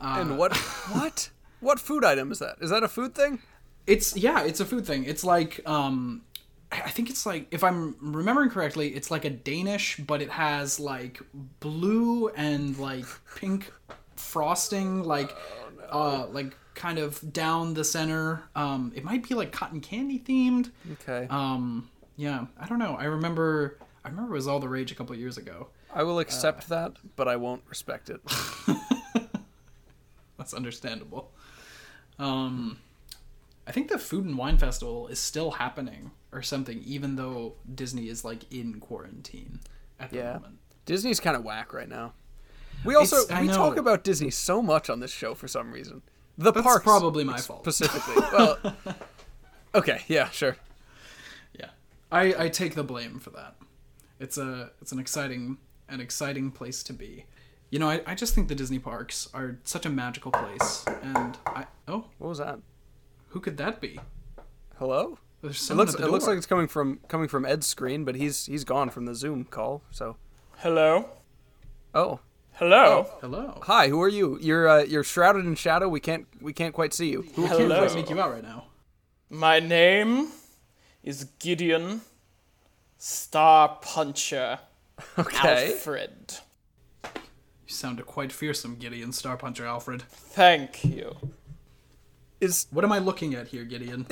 Speaker 2: uh,
Speaker 1: and what what what food item is that? Is that a food thing?
Speaker 2: It's yeah, it's a food thing. It's like um I I think it's like if I'm remembering correctly, it's like a Danish, but it has like blue and like pink frosting, like uh like kind of down the center. Um it might be like cotton candy themed.
Speaker 1: Okay.
Speaker 2: Um yeah, I don't know. I remember I remember it was all the rage a couple years ago.
Speaker 1: I
Speaker 2: Uh,
Speaker 1: will accept that, but I won't respect it.
Speaker 2: That's understandable. Um, I think the Food and Wine Festival is still happening or something, even though Disney is like in quarantine at the
Speaker 1: Yeah.
Speaker 2: moment.
Speaker 1: Disney's kind of whack right now. We also
Speaker 2: It's- I
Speaker 1: we
Speaker 2: know.
Speaker 1: talk about Disney so much on this show for some reason. The
Speaker 2: That's
Speaker 1: parks
Speaker 2: probably my fault.
Speaker 1: specifically. well, okay, yeah, sure.
Speaker 2: Yeah, I, I take the blame for that. It's a it's an exciting an exciting place to be. You know, I, I just think the Disney parks are such a magical place, and I oh
Speaker 1: What was that?
Speaker 2: who could that be?
Speaker 1: Hello?
Speaker 2: There's
Speaker 1: It
Speaker 2: someone
Speaker 1: looks
Speaker 2: at
Speaker 1: it
Speaker 2: the
Speaker 1: looks
Speaker 2: door.
Speaker 1: like it's coming from coming from Ed's screen, but he's he's gone from the Zoom call. So,
Speaker 3: Hello?
Speaker 1: oh,
Speaker 3: Hello?
Speaker 2: hello.
Speaker 1: hi, who are you? You're uh, you're shrouded in shadow. We can't we can't quite see you. Who,
Speaker 2: I can't
Speaker 3: Hello.
Speaker 2: quite make you out right now.
Speaker 3: My name is Gideon Star Puncher
Speaker 1: okay,
Speaker 3: Alfred.
Speaker 2: You sound quite fearsome, Gideon Star Puncher Alfred.
Speaker 3: Thank you.
Speaker 1: is
Speaker 2: What am I looking at here, Gideon?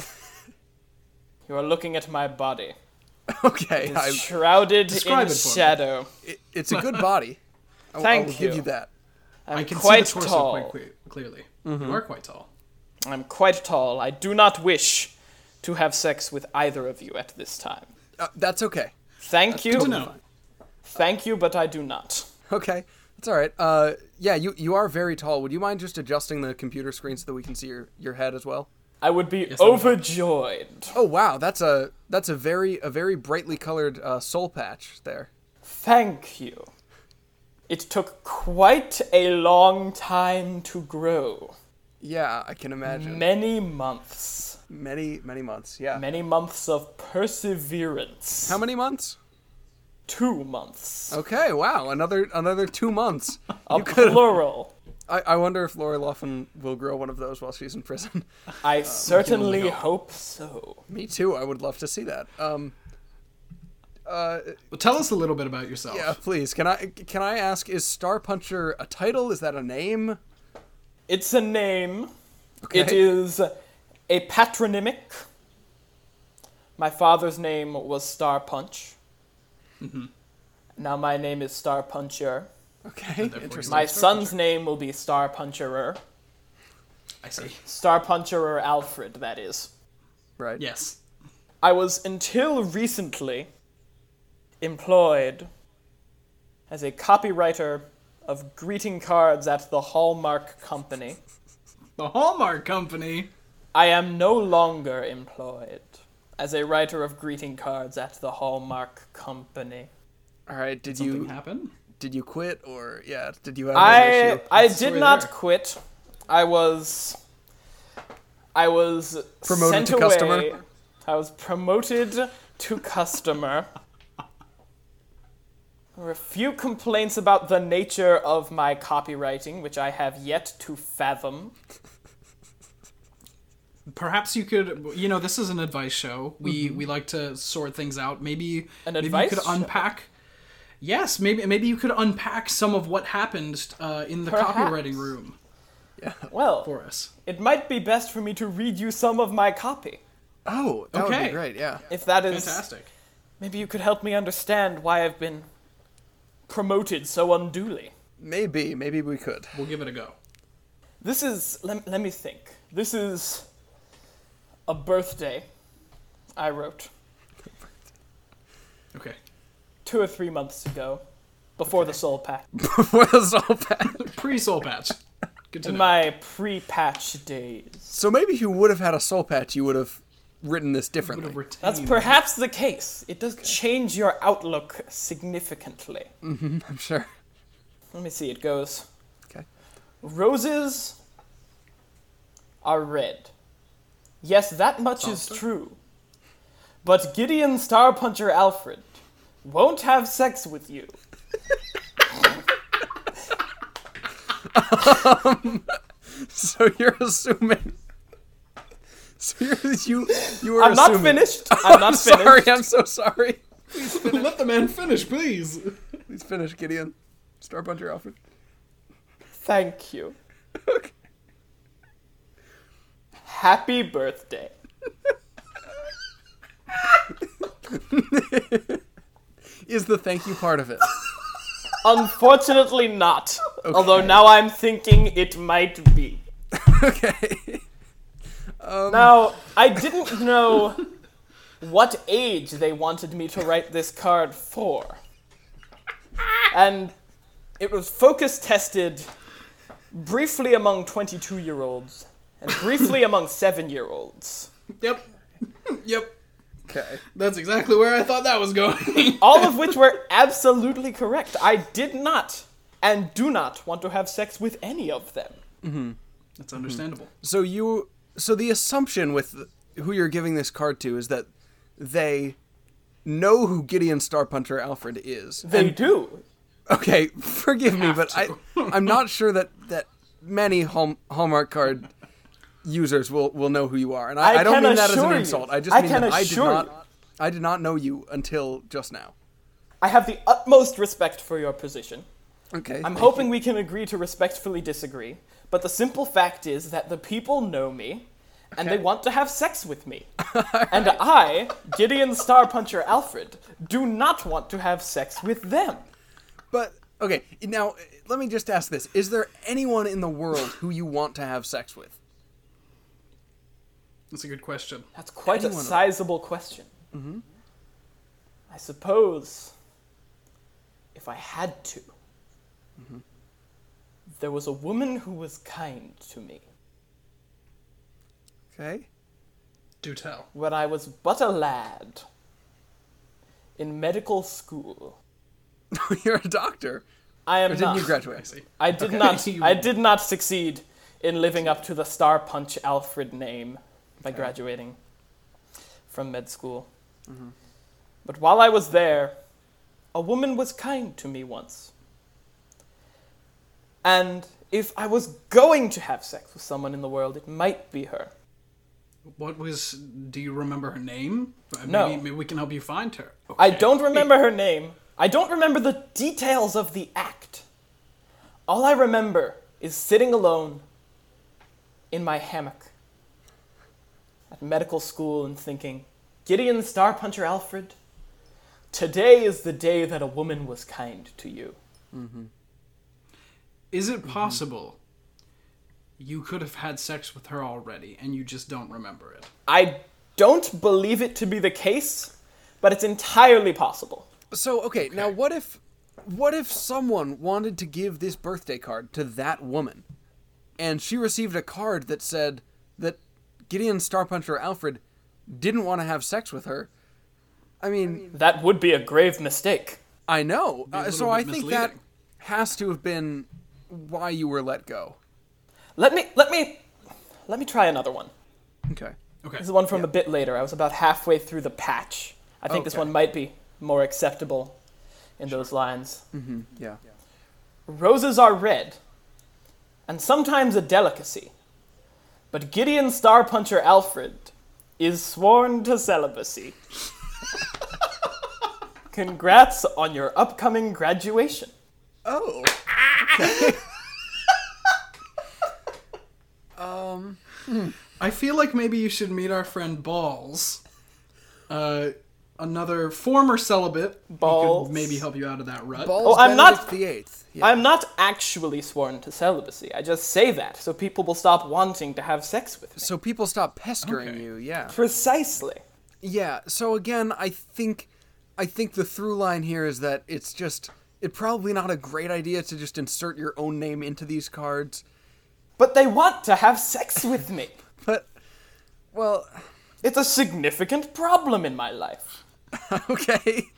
Speaker 3: You are looking at my body.
Speaker 1: okay. I,
Speaker 3: Shrouded
Speaker 2: Describe
Speaker 3: in
Speaker 2: it for me.
Speaker 3: shadow.
Speaker 1: it- it's a good body. I,
Speaker 3: Thank
Speaker 1: I will
Speaker 3: you.
Speaker 1: give you that.
Speaker 3: I'm
Speaker 2: I can
Speaker 3: quite
Speaker 2: see the torso
Speaker 3: tall.
Speaker 2: quite cle- clearly. You are quite tall.
Speaker 3: I'm quite tall. I do not wish to have sex with either of you at this time.
Speaker 1: Uh, that's okay.
Speaker 3: Thank you.
Speaker 2: Uh, Good to know.
Speaker 3: Thank you, but I do not.
Speaker 1: Okay, that's all right. Uh, yeah, you you are very tall. Would you mind just adjusting the computer screen so that we can see your, your head as well?
Speaker 3: I would be
Speaker 2: I would.
Speaker 3: overjoyed.
Speaker 1: Oh wow, that's a that's a very a very brightly colored uh, soul patch there.
Speaker 3: Thank you. It took quite a long time to grow.
Speaker 1: Yeah, I can imagine.
Speaker 3: Many months.
Speaker 1: many many months. Yeah.
Speaker 3: Many months of perseverance.
Speaker 1: How Oh, many months?
Speaker 3: Two months.
Speaker 1: Okay, wow, another another two months.
Speaker 3: A plural.
Speaker 1: I, I wonder if Lori Loughlin will grow one of those while she's in prison.
Speaker 3: I certainly
Speaker 2: hope.
Speaker 3: hope so.
Speaker 1: Me too. I would love to see that. Um,
Speaker 2: Well, tell us a little bit about yourself.
Speaker 1: yeah, please. Can I can I ask? Is Star Puncher a title? Is that a name?
Speaker 3: It's a name. It
Speaker 1: Okay.
Speaker 3: is a patronymic. My father's name was Star Punch. Now my name is Star Puncher.
Speaker 1: Okay,
Speaker 2: therefore
Speaker 1: interesting.
Speaker 3: My son's name will be Star Puncherer.
Speaker 2: I see.
Speaker 3: Star Puncherer Alfred, that is.
Speaker 1: Right.
Speaker 2: Yes.
Speaker 3: I was until recently employed as a copywriter of greeting cards at the Hallmark Company.
Speaker 2: The Hallmark Company.
Speaker 3: I am no longer employed as a writer of greeting cards at the Hallmark Company.
Speaker 1: All right. Did
Speaker 2: Something
Speaker 1: you
Speaker 2: happen?
Speaker 1: did you quit or yeah? Did you have an
Speaker 3: I
Speaker 1: issue?
Speaker 3: I
Speaker 2: That's
Speaker 3: did
Speaker 2: right
Speaker 3: not
Speaker 2: there.
Speaker 3: quit. I was I was
Speaker 1: Promoted
Speaker 3: sent
Speaker 1: to
Speaker 3: away.
Speaker 1: customer?
Speaker 3: I was promoted to customer. There were a few complaints about the nature of my copywriting, which I have yet to fathom.
Speaker 2: Perhaps you could. You know, this is an advice show. We we like to sort things out. Maybe
Speaker 3: An
Speaker 2: maybe
Speaker 3: advice
Speaker 2: you could
Speaker 3: show?
Speaker 2: unpack. Yes, maybe maybe you could unpack some of what happened uh, in the
Speaker 3: Perhaps.
Speaker 2: copywriting room
Speaker 3: Well,
Speaker 2: for us.
Speaker 3: it might be best for me to read you some of my copy.
Speaker 1: Oh, that would
Speaker 2: Okay.
Speaker 1: be great. Yeah.
Speaker 3: If that is
Speaker 2: Fantastic.
Speaker 3: maybe you could help me understand why I've been promoted so unduly.
Speaker 1: Maybe maybe we could.
Speaker 2: We'll give it a go.
Speaker 3: This is. Let, let me think. This is a birthday I wrote
Speaker 2: Okay.
Speaker 3: two or three months ago before the Soul Patch.
Speaker 1: Before this all passed.
Speaker 2: Pre soul patch. Good to
Speaker 3: In
Speaker 2: know.
Speaker 3: my pre patch days.
Speaker 1: So maybe if you would have had a soul patch, you would have written this
Speaker 2: Would
Speaker 1: differently.
Speaker 2: have retained-
Speaker 3: That's perhaps the case. It does change your outlook significantly.
Speaker 1: I'm sure.
Speaker 3: Let me see, it goes.
Speaker 1: Okay.
Speaker 3: Roses are red. Yes, that much is
Speaker 2: Sounds good.
Speaker 3: true. But Gideon Star Puncher Alfred won't have sex with you.
Speaker 1: So you're assuming. So you're, you you were.
Speaker 3: I'm not
Speaker 1: assuming.
Speaker 3: finished. I'm not finished.
Speaker 1: Sorry, I'm so sorry.
Speaker 2: Let the man finish, please.
Speaker 1: Please finish, Gideon. Star Puncher Alfred.
Speaker 3: Thank you.
Speaker 1: Okay.
Speaker 3: Happy birthday.
Speaker 1: Is the thank you part of it?
Speaker 3: Unfortunately, not. Although now I'm thinking it might be.
Speaker 1: okay.
Speaker 3: Now, I didn't know what age they wanted me to write this card for. And it was focus tested briefly among 22 year olds and briefly among 7 year olds.
Speaker 2: Yep. Yep.
Speaker 1: Okay.
Speaker 2: That's exactly where I thought that was going.
Speaker 3: All of which were absolutely correct. I did not and do not want to have sex with any of them.
Speaker 2: That's understandable.
Speaker 1: So you. So the assumption with who you're giving this card to is that they know who Gideon Star Puncher Alfred is.
Speaker 3: They do.
Speaker 1: Okay, forgive me, but I,
Speaker 2: to.
Speaker 1: I'm not sure that that many Hall, Hallmark card users will will know who you are, and I,
Speaker 3: I
Speaker 1: I, don't
Speaker 3: can
Speaker 1: mean that as an
Speaker 3: assure you.
Speaker 1: insult. I just
Speaker 3: I
Speaker 1: mean
Speaker 3: can
Speaker 1: that I did
Speaker 3: assure
Speaker 1: not,
Speaker 3: you.
Speaker 1: I did not know you until just now.
Speaker 3: I have the utmost respect for your position.
Speaker 1: Okay,
Speaker 3: I'm hoping we can agree to respectfully disagree, but the simple fact is that the people know me and they want to have sex with me. and I, Gideon Star Puncher Alfred, do not want to have sex with them.
Speaker 1: but okay, now let me just ask this: Is there anyone in the world who you want to have sex with?
Speaker 2: That's a good question.
Speaker 3: That's quite a
Speaker 1: Anyone. Mm-hmm.
Speaker 3: sizable question. I suppose if I had to,
Speaker 1: Mm-hmm.
Speaker 3: there was a woman who was kind to me.
Speaker 1: Okay,
Speaker 2: Do tell.
Speaker 3: when I was but a lad in medical school.
Speaker 1: you're a doctor.
Speaker 3: I am
Speaker 1: Or didn't
Speaker 3: not.
Speaker 1: you
Speaker 2: I
Speaker 1: graduate?
Speaker 2: see.
Speaker 3: I did
Speaker 2: Okay.
Speaker 3: not.
Speaker 2: You-
Speaker 3: I did not succeed in living up to the Star Punch Alfred name by graduating from med school.
Speaker 2: Mm-hmm.
Speaker 3: But while I was there, a woman was kind to me once. And if I was going to have sex with someone in the world, it might be her.
Speaker 2: What was? Do you remember her name? Uh,
Speaker 3: No.
Speaker 2: Maybe, maybe we can help you find her.
Speaker 3: I
Speaker 2: Okay.
Speaker 3: don't remember her name. I don't remember the details of the act. All I remember is sitting alone in my hammock at medical school and thinking, Gideon Star Puncher Alfred, today is the day that a woman was kind to you.
Speaker 2: Is it possible you could have had sex with her already and you just don't remember it?
Speaker 3: I don't believe it to be the case, but it's entirely possible.
Speaker 1: So okay, now what if what if someone wanted to give this birthday card to that woman and she received a card that said that Gideon Starpuncher Alfred didn't want to have sex with her? I mean,
Speaker 3: That would be a grave mistake.
Speaker 1: I know.
Speaker 2: a
Speaker 1: Uh,
Speaker 2: little
Speaker 1: so
Speaker 2: bit
Speaker 1: I think that
Speaker 2: misleading.
Speaker 1: has to have been why you were let go.
Speaker 3: Let me let me let me try another one.
Speaker 1: Okay.
Speaker 2: Okay.
Speaker 3: This is one from a bit later. I was about halfway through the patch. I think this
Speaker 1: Okay.
Speaker 3: one might be more acceptable in those lines.
Speaker 1: Hmm. Yeah.
Speaker 3: Roses are red, and sometimes a delicacy. But Gideon Starpuncher Alfred is sworn to celibacy. Congrats on your upcoming graduation.
Speaker 1: Oh.
Speaker 2: I feel like maybe you should meet our friend Balls, uh, another former celibate. who could
Speaker 3: Balls.
Speaker 2: maybe help you out of that rut.
Speaker 1: Balls
Speaker 3: Oh, I'm not-
Speaker 1: Benedict the eighth. Yeah.
Speaker 3: I'm not actually sworn to celibacy. I just say that so people will stop wanting to have sex with me.
Speaker 1: so people stop pestering
Speaker 2: Okay.
Speaker 1: you. Yeah.
Speaker 3: Precisely.
Speaker 1: Yeah. So again, I think, I think the through line here is that it's just it's probably not a great idea to just insert your own name into these cards.
Speaker 3: But they want to have sex with me.
Speaker 1: But, well,
Speaker 3: It's a significant problem in my life.
Speaker 1: okay,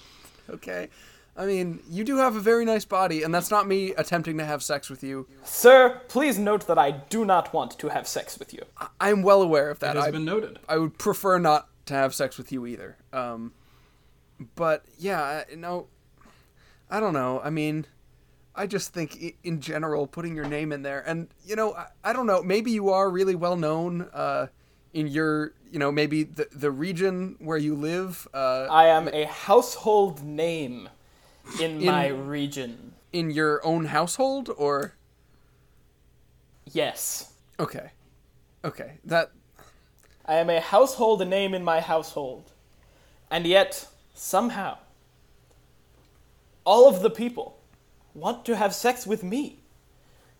Speaker 1: okay. I mean, you do have a very nice body, and that's not me attempting to have sex with you.
Speaker 3: Sir, please note that I do not want to have sex with you.
Speaker 1: I- I'm well aware of that.
Speaker 2: has
Speaker 1: I,
Speaker 2: been noted.
Speaker 1: I would prefer not to have sex with you either. Um, but yeah, I- no, I don't know. I mean, I just think i- in general putting your name in there, and you know, I, I don't know. Maybe you are really well known uh, in your, you know, maybe the the region where you live, uh,
Speaker 3: I am a household name in, my region.
Speaker 1: in your own household, or
Speaker 3: Yes.
Speaker 1: okay, okay, that
Speaker 3: I am a household name in my household. And yet, somehow, all of the people want to have sex with me.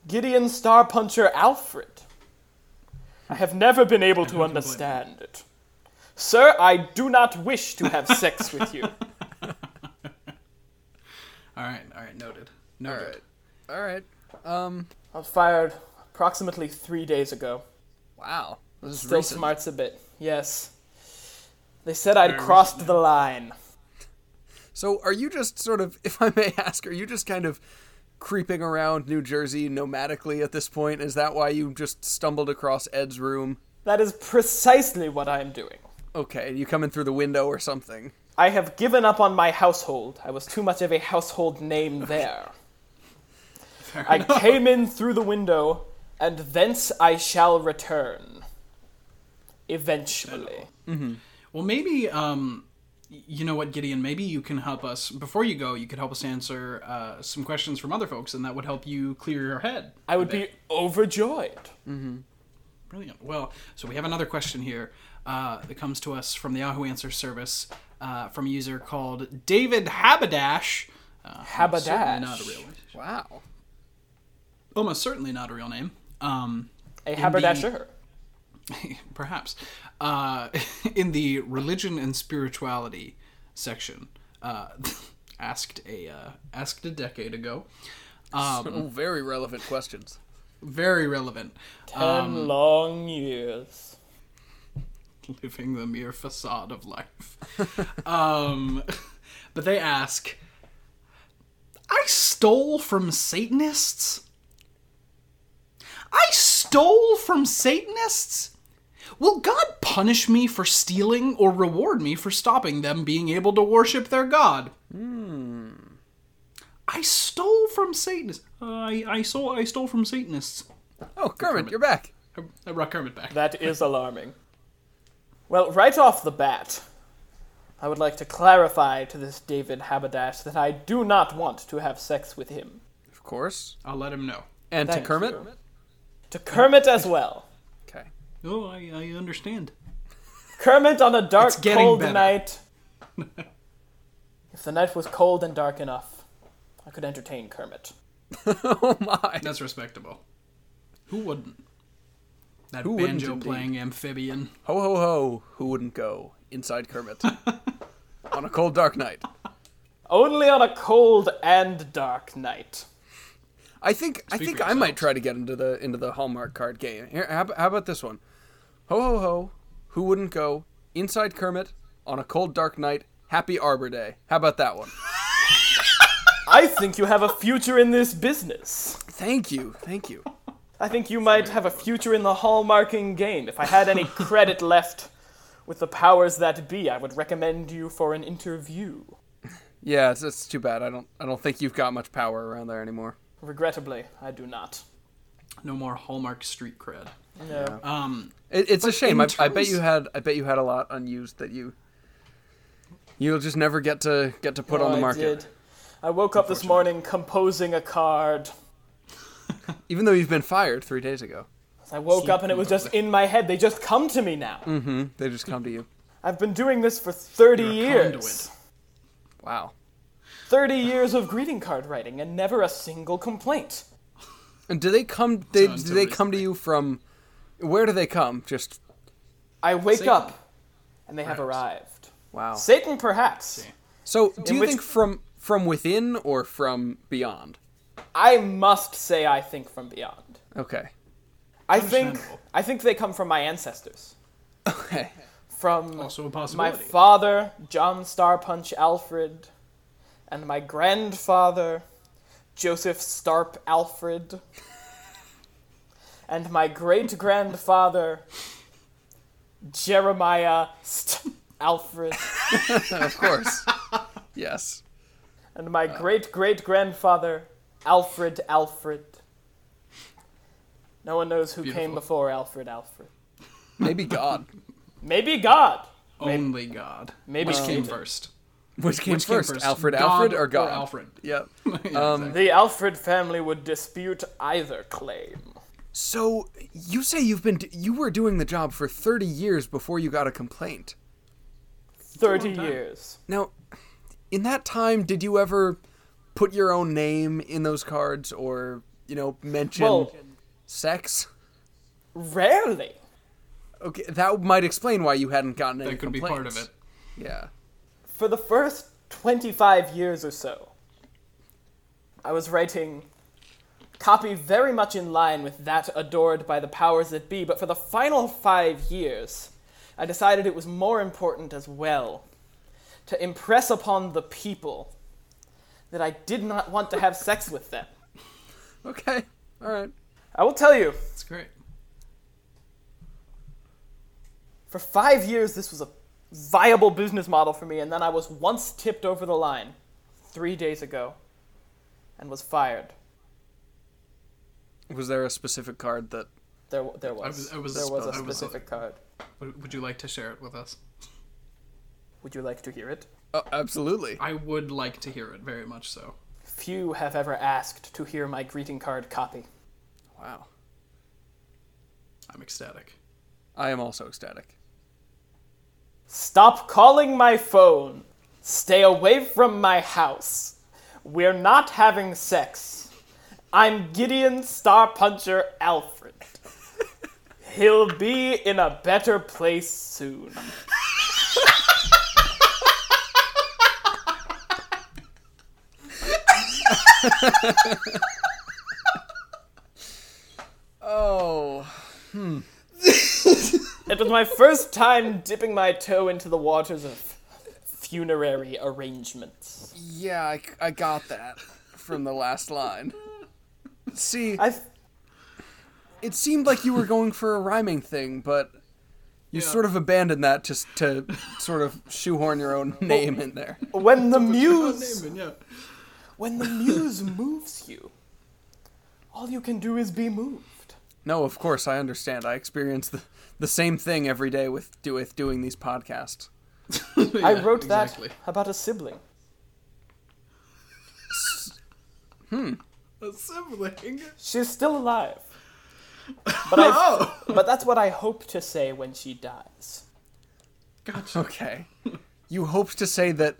Speaker 3: Gideon Star Puncher Alfred. I have never been able to
Speaker 2: complain.
Speaker 3: understand it. Sir, I do not wish to have sex with you.
Speaker 2: All right, all right, noted. Noted.
Speaker 1: all right, all right.
Speaker 3: I was fired approximately three days ago.
Speaker 1: Wow, this is
Speaker 3: Still
Speaker 1: recent.
Speaker 3: smarts a bit. Yes. They said I'd
Speaker 2: Very
Speaker 3: crossed the line.
Speaker 1: So are you just sort of, if I may ask, are you just kind of creeping around New Jersey nomadically at this point? Is that why you just stumbled across Ed's room?
Speaker 3: That is precisely what I am doing.
Speaker 1: Okay, you come in through the window or something.
Speaker 3: I have given up on my household. I was too much of a household name there. I came in through the window, and thence I shall return. Eventually.
Speaker 2: Well, maybe um, y- you know what, Gideon. Maybe you can help us before you go. You could help us answer uh, some questions from other folks, and that would help you clear your head.
Speaker 3: I would be overjoyed.
Speaker 2: Mm-hmm. Brilliant. Well, so we have another question here uh, that comes to us from the Yahoo Answer Service uh, from a user called David Haberdash. Uh, almost certainly
Speaker 3: Haberdash.
Speaker 2: not a real,
Speaker 1: Wow.
Speaker 2: almost certainly not a real name. Um,
Speaker 3: A haberdasher.
Speaker 2: perhaps uh, in the religion and spirituality section uh, asked a uh, asked a decade ago um,
Speaker 1: Oh, very relevant questions.
Speaker 2: very relevant
Speaker 3: Ten
Speaker 2: Um,
Speaker 3: long years.
Speaker 2: living the mere facade of life um, but they ask i stole from satanists i stole from satanists Will God punish me for stealing or reward me for stopping them being able to worship their God? Hmm. I stole from Satanists. Uh, I, I, saw, I stole from Satanists.
Speaker 1: Oh, Kermit, you're back.
Speaker 2: I, I brought Kermit back.
Speaker 3: That is alarming. Well, right off the bat, I would like to clarify to this David Haberdash that I do not want to have sex with him.
Speaker 1: Of course.
Speaker 2: I'll let him know.
Speaker 1: And
Speaker 3: Thank
Speaker 1: to Kermit?
Speaker 3: you. To Kermit as well.
Speaker 1: Okay.
Speaker 2: Oh, I, I understand.
Speaker 3: Kermit on a dark,
Speaker 2: It's getting
Speaker 3: cold
Speaker 2: better.
Speaker 3: night. if the night was cold and dark enough, I could entertain Kermit.
Speaker 1: Oh, my.
Speaker 2: That's respectable. Who wouldn't? That
Speaker 1: Who wouldn't,
Speaker 2: banjo playing amphibian.
Speaker 1: Ho, ho, ho. Who wouldn't go inside Kermit on a cold, dark night?
Speaker 3: Only on a cold and dark night.
Speaker 1: I think I
Speaker 2: Speak
Speaker 1: think
Speaker 2: for
Speaker 1: I might
Speaker 2: yourselves.
Speaker 1: try to get into the into the Hallmark card game. Here, how, how about this one? Ho ho ho! Who wouldn't go inside Kermit on a cold dark night? Happy Arbor Day. How about that one?
Speaker 3: I think you have a future in this business.
Speaker 1: Thank you, thank you.
Speaker 3: I think you might have a future in the hallmarking game. If I had any credit left with the powers that be, I would recommend you for an interview.
Speaker 1: Yeah, it's, it's too bad. I don't I don't think you've got much power around there anymore.
Speaker 3: Regrettably, I do not.
Speaker 2: No more Hallmark street cred. Um,
Speaker 3: No.
Speaker 2: Uh,
Speaker 1: It, it's a shame. I,
Speaker 2: in
Speaker 1: I bet
Speaker 2: terms-
Speaker 1: you had I bet you had a lot unused that you you'll just never get to get to put on
Speaker 3: No,
Speaker 1: the
Speaker 3: I
Speaker 1: market.
Speaker 3: did. I woke up this morning composing a card.
Speaker 1: Even though you've been fired three days ago,
Speaker 3: I woke up and it was just in my head. They just come to me now.
Speaker 1: they just come to you.
Speaker 3: I've been doing this for 30
Speaker 2: You're a
Speaker 3: years.
Speaker 2: conduit.
Speaker 1: Wow.
Speaker 3: 30 years of greeting card writing and never a single complaint.
Speaker 1: And do they come? They,
Speaker 2: Sounds
Speaker 1: do they come to
Speaker 2: recently.
Speaker 1: you from? Where do they come? Just
Speaker 3: I wake
Speaker 2: Satan.
Speaker 3: up and they have
Speaker 2: Perhaps.
Speaker 3: arrived.
Speaker 1: wow.
Speaker 3: Satan, perhaps.
Speaker 1: So do you
Speaker 3: which-
Speaker 1: think from from within or from beyond?
Speaker 3: I must say, I think from beyond.
Speaker 1: Okay.
Speaker 3: I think
Speaker 2: Understandable.
Speaker 3: I think they come from my ancestors,
Speaker 1: Okay.
Speaker 3: from
Speaker 2: Also a
Speaker 3: my
Speaker 2: possibility.
Speaker 3: father, John Starpunch Alfred, and my grandfather, Joseph Starp Alfred, and my great grandfather, Jeremiah St. Alfred,
Speaker 1: of course. yes.
Speaker 3: and my
Speaker 2: Uh.
Speaker 3: great great grandfather, Alfred Alfred. No one knows who came
Speaker 2: Beautiful.
Speaker 3: before Alfred Alfred.
Speaker 1: Maybe God.
Speaker 3: Maybe God.
Speaker 2: Only God.
Speaker 3: Maybe
Speaker 2: Which came
Speaker 3: Satan.
Speaker 2: first?
Speaker 1: Which came,
Speaker 2: Which came
Speaker 1: first,
Speaker 2: first,
Speaker 1: Alfred,
Speaker 2: God
Speaker 1: Alfred, or
Speaker 2: or
Speaker 1: God?
Speaker 2: Alfred?
Speaker 1: Yep.
Speaker 3: Um,
Speaker 2: Yeah, exactly.
Speaker 3: The Alfred family would dispute either claim.
Speaker 1: So you say you've been you were doing the job for thirty years before you got a complaint.
Speaker 3: 30
Speaker 2: time.
Speaker 3: years.
Speaker 1: Now, in that time, did you ever put your own name in those cards, or you know, mention
Speaker 3: Well-
Speaker 1: sex?
Speaker 3: Rarely.
Speaker 1: Okay, that might explain why you hadn't gotten any
Speaker 2: That could be part of
Speaker 1: complaints.
Speaker 2: it.
Speaker 1: Yeah.
Speaker 3: For the first 25 years or so, I was writing copy very much in line with that adored by the powers that be, but for the final five years, I decided it was more important as well to impress upon the people that I did not want to have sex with them.
Speaker 1: Okay. All right.
Speaker 3: I will tell you,
Speaker 2: That's great.
Speaker 3: For five years, this was a viable business model for me, and then I was once tipped over the line three days ago and was fired.
Speaker 1: Was there a specific card that?
Speaker 3: There, there was.
Speaker 2: was- I was-
Speaker 3: there was a
Speaker 2: I was-
Speaker 3: specific card.
Speaker 2: Would, would you like to share it with us?
Speaker 3: Would you like to hear it?
Speaker 1: Oh, absolutely.
Speaker 2: I would like to hear it very much so.
Speaker 3: Few have ever asked to hear my greeting card copy.
Speaker 1: Wow.
Speaker 2: I'm ecstatic.
Speaker 1: I am also ecstatic.
Speaker 3: Stop calling my phone. Stay away from my house. We're not having sex. I'm Gideon Star Puncher Alfred. He'll be in a better place soon.
Speaker 1: Oh.
Speaker 3: It was my first time dipping my toe into the waters of funerary arrangements.
Speaker 1: Yeah, I, I got that from the last line. See,
Speaker 3: I
Speaker 1: it seemed like you were going for a rhyming thing, but you
Speaker 2: Yeah.
Speaker 1: sort of abandoned that just to sort of shoehorn your own name in there.
Speaker 3: when the
Speaker 2: Oh,
Speaker 3: muse
Speaker 2: Naaman, yeah.
Speaker 3: when the muse moves you, all you can do is be moved.
Speaker 1: No, of course I understand. I experience the, the same thing every day with do with doing these podcasts.
Speaker 3: I
Speaker 2: Yeah,
Speaker 3: wrote
Speaker 2: exactly.
Speaker 3: that about a sibling.
Speaker 2: A sibling.
Speaker 3: She's still alive. But, I,
Speaker 2: Oh,
Speaker 3: but that's what I hope to say when she dies.
Speaker 2: gotcha.
Speaker 1: Okay. You hoped to say that.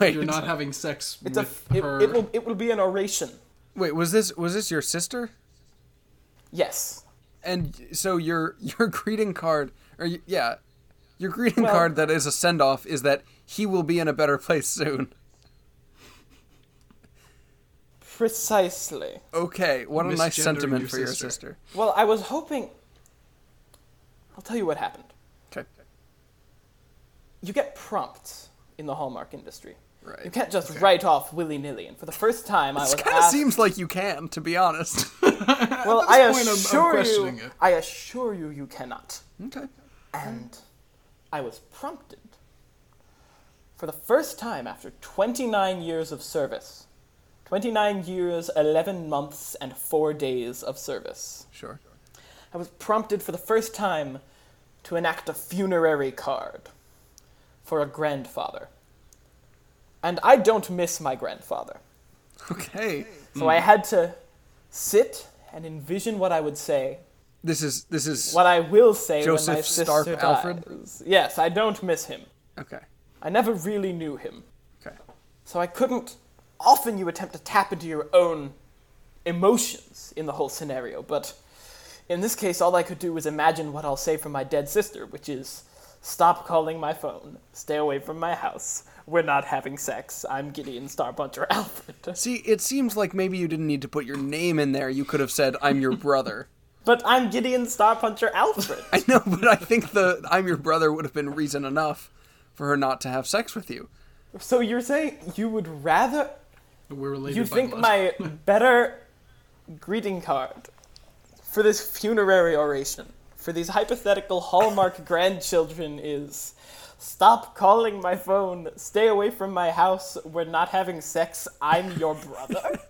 Speaker 1: Wait,
Speaker 2: You're not having sex
Speaker 3: It's
Speaker 2: with
Speaker 3: a, it,
Speaker 2: her.
Speaker 3: it, will, it will be an oration.
Speaker 1: wait. Was this was this your sister?
Speaker 3: Yes.
Speaker 1: And so your your greeting card, or y- yeah, your greeting
Speaker 3: Well-
Speaker 1: card that is a send off is that he will be in a better place soon.
Speaker 3: Precisely.
Speaker 1: Okay, what a nice
Speaker 2: Misgendering
Speaker 1: sentiment
Speaker 2: your
Speaker 1: for your
Speaker 2: sister.
Speaker 1: sister.
Speaker 3: Well, I was hoping. I'll tell you what happened.
Speaker 1: Okay,
Speaker 3: You get prompts in the Hallmark industry.
Speaker 1: right.
Speaker 3: You can't just write off willy nilly. And for the first time, I was
Speaker 1: It kind of
Speaker 3: asked.
Speaker 1: seems like you can, to be honest.
Speaker 3: well, I
Speaker 2: point, I'm- I'm
Speaker 3: assure you,
Speaker 2: questioning it.
Speaker 3: I assure you, you cannot.
Speaker 1: okay.
Speaker 3: And I was prompted. For the first time after 29 years of service, 29 years, 11 months, and 4 days of service,
Speaker 1: Sure.
Speaker 3: I was prompted for the first time to enact a funerary card for a grandfather. And I don't miss my grandfather.
Speaker 1: Okay.
Speaker 3: So
Speaker 1: Hmm.
Speaker 3: I had to sit and envision what I would say,
Speaker 1: This is this is
Speaker 3: what I will say when my
Speaker 1: Joseph
Speaker 3: sister
Speaker 1: Stark
Speaker 3: dies.
Speaker 1: Alfred?
Speaker 3: Yes, I don't miss him.
Speaker 1: okay.
Speaker 3: I never really knew him,
Speaker 1: Okay.
Speaker 3: so I couldn't. Often you attempt to tap into your own emotions in the whole scenario, but in this case, all I could do was imagine what I'll say from my dead sister, which is stop calling my phone, stay away from my house, we're not having sex, I'm Gideon Starbunch or Alfred.
Speaker 1: See, it seems like maybe you didn't need to put your name in there. You could have said, "I'm your brother."
Speaker 3: But I'm Gideon Starpuncher Alfred.
Speaker 1: I know, but I think the "I'm your brother" would have been reason enough for her not to have sex with you.
Speaker 3: so you're saying you would rather
Speaker 2: We're related.
Speaker 3: You
Speaker 2: by
Speaker 3: think
Speaker 2: blood.
Speaker 3: my better greeting card for this funerary oration, for these hypothetical Hallmark grandchildren is stop calling my phone, stay away from my house, we're not having sex, I'm your brother?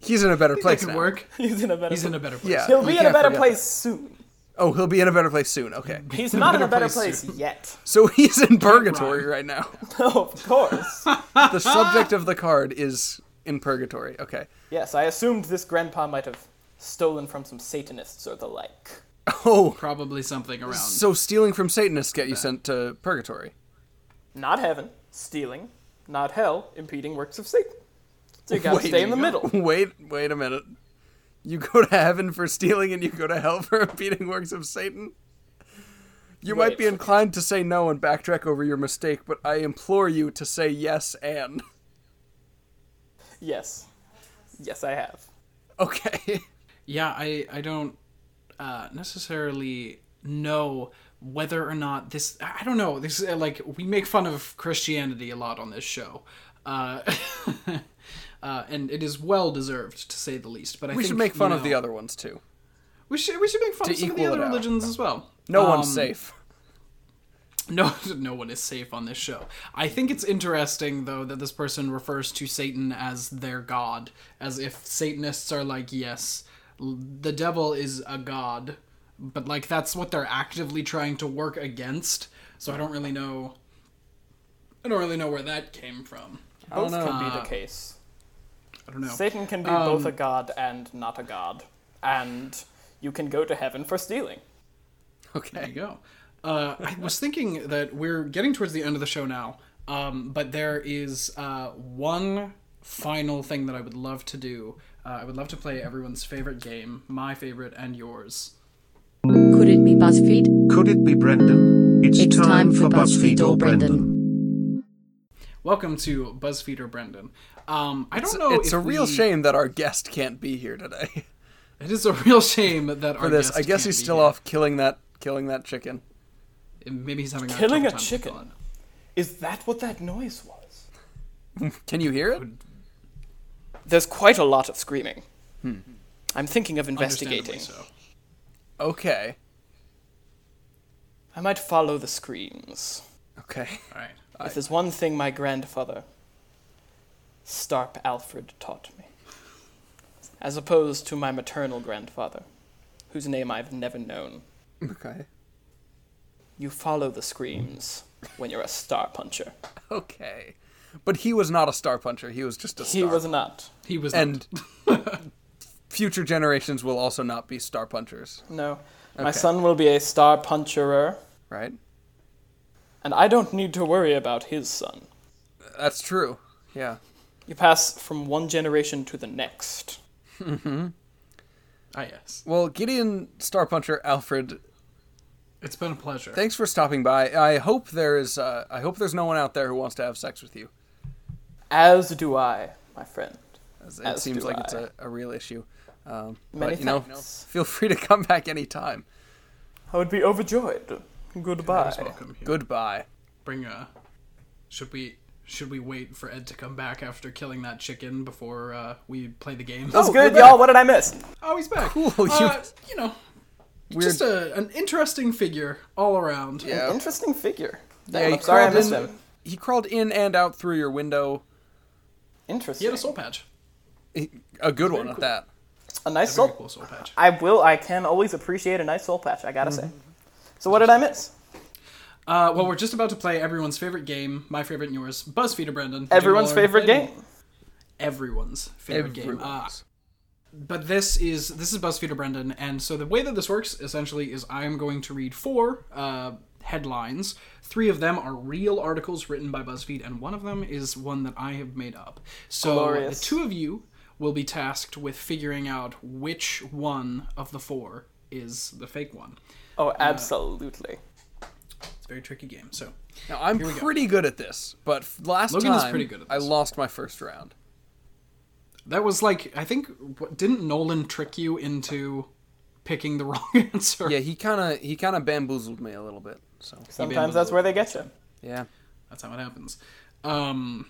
Speaker 1: He's in a better
Speaker 2: that
Speaker 1: place
Speaker 2: could
Speaker 1: now.
Speaker 2: work?
Speaker 3: He's in a better
Speaker 2: He's in a
Speaker 3: place.
Speaker 2: better place.
Speaker 1: Yeah.
Speaker 3: He'll
Speaker 1: you
Speaker 3: be in a
Speaker 1: can't
Speaker 3: better
Speaker 1: forget
Speaker 3: place soon.
Speaker 1: that. Oh, he'll be in a better place soon. Okay.
Speaker 3: He's not in a better
Speaker 2: place
Speaker 3: place
Speaker 2: soon.
Speaker 3: yet.
Speaker 1: So he's in purgatory right now.
Speaker 3: No, of course.
Speaker 1: The subject of the card is in purgatory. Okay.
Speaker 3: yes, I assumed this grandpa might have stolen from some Satanists or the like.
Speaker 1: Oh,
Speaker 2: Probably something around.
Speaker 1: so stealing from Satanists get you sent to purgatory.
Speaker 3: not heaven, stealing, not hell, impeding works of Satan. So you gotta
Speaker 1: Wait,
Speaker 3: stay in the
Speaker 1: you-
Speaker 3: middle.
Speaker 1: Wait, wait a minute. You go to heaven for stealing and you go to hell for impeding works of Satan? You might
Speaker 3: Wait.
Speaker 1: be inclined to say no and backtrack over your mistake, but I implore you to say yes and.
Speaker 3: Yes. Yes, I have.
Speaker 1: Okay.
Speaker 2: Yeah, I I don't uh, necessarily know whether or not this. I I don't know. This is, uh, like we make fun of Christianity a lot on this show, uh, uh, and it is well deserved to say the least. But I
Speaker 1: We
Speaker 2: think,
Speaker 1: should make fun
Speaker 2: you
Speaker 1: of the
Speaker 2: know,
Speaker 1: other ones too.
Speaker 2: We should we should make fun of some of the
Speaker 1: equal it
Speaker 2: other
Speaker 1: out.
Speaker 2: religions as well.
Speaker 1: No
Speaker 2: Um,
Speaker 1: one's safe.
Speaker 2: No, no one is safe on this show. I think it's interesting though that this person refers to Satan as their god, as if Satanists are like, yes, l- the devil is a god, but like that's what they're actively trying to work against. So I don't really know. I don't really know where that came from.
Speaker 3: Both
Speaker 1: know.
Speaker 3: can be the case.
Speaker 2: I don't know.
Speaker 3: Satan can be both a god and not a god. And you can go to heaven for stealing.
Speaker 1: Okay.
Speaker 2: There you go. Uh, I was thinking that we're getting towards the end of the show now, um, but there is uh, one final thing that I would love to do. Uh, I would love to play everyone's favorite game, my favorite and yours.
Speaker 4: Could it be BuzzFeed?
Speaker 5: Could it be Brendan? It's,
Speaker 4: It's
Speaker 5: time,
Speaker 4: time
Speaker 5: for
Speaker 4: for
Speaker 5: BuzzFeed,
Speaker 4: BuzzFeed
Speaker 5: or
Speaker 4: or
Speaker 5: Brendan.
Speaker 4: Brendan.
Speaker 2: Welcome to BuzzFeed or Brendan. Um, I don't
Speaker 1: It's,
Speaker 2: know.
Speaker 1: it's
Speaker 2: if
Speaker 1: a real
Speaker 2: we-
Speaker 1: shame that our guest can't be here today
Speaker 2: It is a real shame that
Speaker 1: for
Speaker 2: our
Speaker 1: this.
Speaker 2: guest
Speaker 1: I guess
Speaker 2: can't
Speaker 1: he's
Speaker 2: be
Speaker 1: still
Speaker 2: here.
Speaker 1: off killing that killing that chicken.
Speaker 2: Maybe he's having
Speaker 3: Killing
Speaker 2: a,
Speaker 3: a
Speaker 2: tough time with
Speaker 3: chicken.
Speaker 2: God.
Speaker 3: Is that what that noise was?
Speaker 1: Can you hear it?
Speaker 3: There's quite a lot of screaming. Hmm. I'm thinking of
Speaker 2: Understandably
Speaker 3: investigating.
Speaker 2: so.
Speaker 1: Okay.
Speaker 3: I might follow the screams.
Speaker 1: Okay.
Speaker 2: All right.
Speaker 3: If there's one thing my grandfather, Starp Alfred, taught me, as opposed to my maternal grandfather, whose name I've never known,
Speaker 1: Okay.
Speaker 3: you follow the screams when you're a star puncher.
Speaker 1: Okay. But he was not a star puncher. He was just a star.
Speaker 3: He was not.
Speaker 2: He was
Speaker 1: and future generations will also not be star punchers,
Speaker 3: No. My
Speaker 1: Okay.
Speaker 3: son will be a star puncherer,
Speaker 1: right?
Speaker 3: and I don't need to worry about his son.
Speaker 1: That's true. Yeah.
Speaker 3: You pass from one generation to the next.
Speaker 2: ah yes. ah,
Speaker 1: Well, Gideon Star Puncher Alfred
Speaker 2: It's been a pleasure.
Speaker 1: Thanks for stopping by. I hope there is. Uh, I hope there's no one out there who wants to have sex with you.
Speaker 3: As do I, my friend.
Speaker 1: As it
Speaker 3: As
Speaker 1: seems
Speaker 3: do
Speaker 1: like
Speaker 3: I.
Speaker 1: it's a, a real issue. Um,
Speaker 3: Many
Speaker 1: but you know,
Speaker 3: thanks.
Speaker 1: feel free to come back anytime.
Speaker 3: I would be overjoyed.
Speaker 2: You're always
Speaker 3: Goodbye.
Speaker 2: welcome here.
Speaker 1: Goodbye.
Speaker 2: Bring uh Should we should we wait for Ed to come back after killing that chicken before uh, we play the game?
Speaker 3: That was
Speaker 1: Oh,
Speaker 3: good,
Speaker 1: we're
Speaker 3: y'all.
Speaker 1: back.
Speaker 3: What did I miss?
Speaker 2: Oh, he's back.
Speaker 1: Cool, you-
Speaker 2: Uh, you know,
Speaker 1: Weird.
Speaker 2: just a, an interesting figure all around.
Speaker 1: yeah.
Speaker 3: Interesting figure.
Speaker 1: Yeah,
Speaker 3: Damn,
Speaker 1: he
Speaker 3: I'm sorry I
Speaker 1: crawled
Speaker 3: missed
Speaker 1: in-
Speaker 3: him.
Speaker 1: He crawled in and out through your window.
Speaker 2: He
Speaker 3: Interesting.
Speaker 2: had a soul patch.
Speaker 1: He- a good one at that.
Speaker 3: A nice
Speaker 2: Very
Speaker 3: soul.
Speaker 2: cool soul patch.
Speaker 3: I will. I can always appreciate a nice soul patch. I gotta
Speaker 2: Mm-hmm.
Speaker 3: say. So what did I miss?
Speaker 2: Uh, well, we're just about to play everyone's favorite game, my favorite and yours, BuzzFeed or Brendan.
Speaker 3: Everyone's
Speaker 2: We've already
Speaker 3: favorite
Speaker 2: played
Speaker 3: game.
Speaker 2: it. Everyone's favorite game. Uh,
Speaker 1: Everyone's.
Speaker 2: but this is this is BuzzFeed or Brendan, and so the way that this works essentially is I'm going to read four uh, headlines. Three of them are real articles written by BuzzFeed, and one of them is one that I have made up. So
Speaker 3: Glorious.
Speaker 2: the two of you will be tasked with figuring out which one of the four is the fake one.
Speaker 3: Oh, absolutely.
Speaker 2: It's a very tricky game. So
Speaker 1: Now I'm pretty good at this, but f- last
Speaker 2: Logan is
Speaker 1: time
Speaker 2: pretty good at
Speaker 1: I
Speaker 2: this.
Speaker 1: lost my first round.
Speaker 2: that was like I think what- didn't Nolan trick you into picking the wrong answer?
Speaker 1: Yeah, he kind of he kind of bamboozled me a little bit. So
Speaker 3: Sometimes that's where they get you.
Speaker 1: yeah,
Speaker 2: That's how it happens. Um,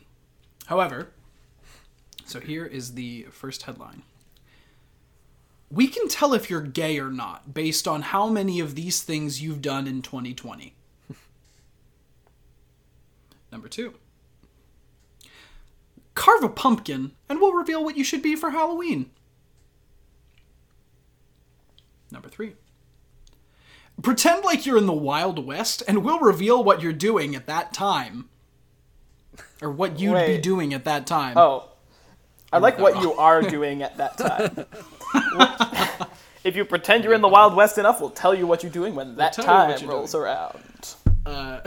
Speaker 2: however, so here is the first headline. We can tell if you're gay or not based on how many of these things you've done in 2020. Number two. Carve a pumpkin and we'll reveal what you should be for Halloween. Number three. Pretend like you're in the Wild West, and we'll reveal what you're doing at that time. Or what you'd be
Speaker 3: Wait.
Speaker 2: doing at that time.
Speaker 3: Oh, I like what you are doing at that time. if you pretend you're in the Wild West enough, we'll tell you what you're doing when that
Speaker 2: tell you what
Speaker 3: time
Speaker 2: you're
Speaker 3: rolls
Speaker 2: doing.
Speaker 3: around.
Speaker 2: Uh,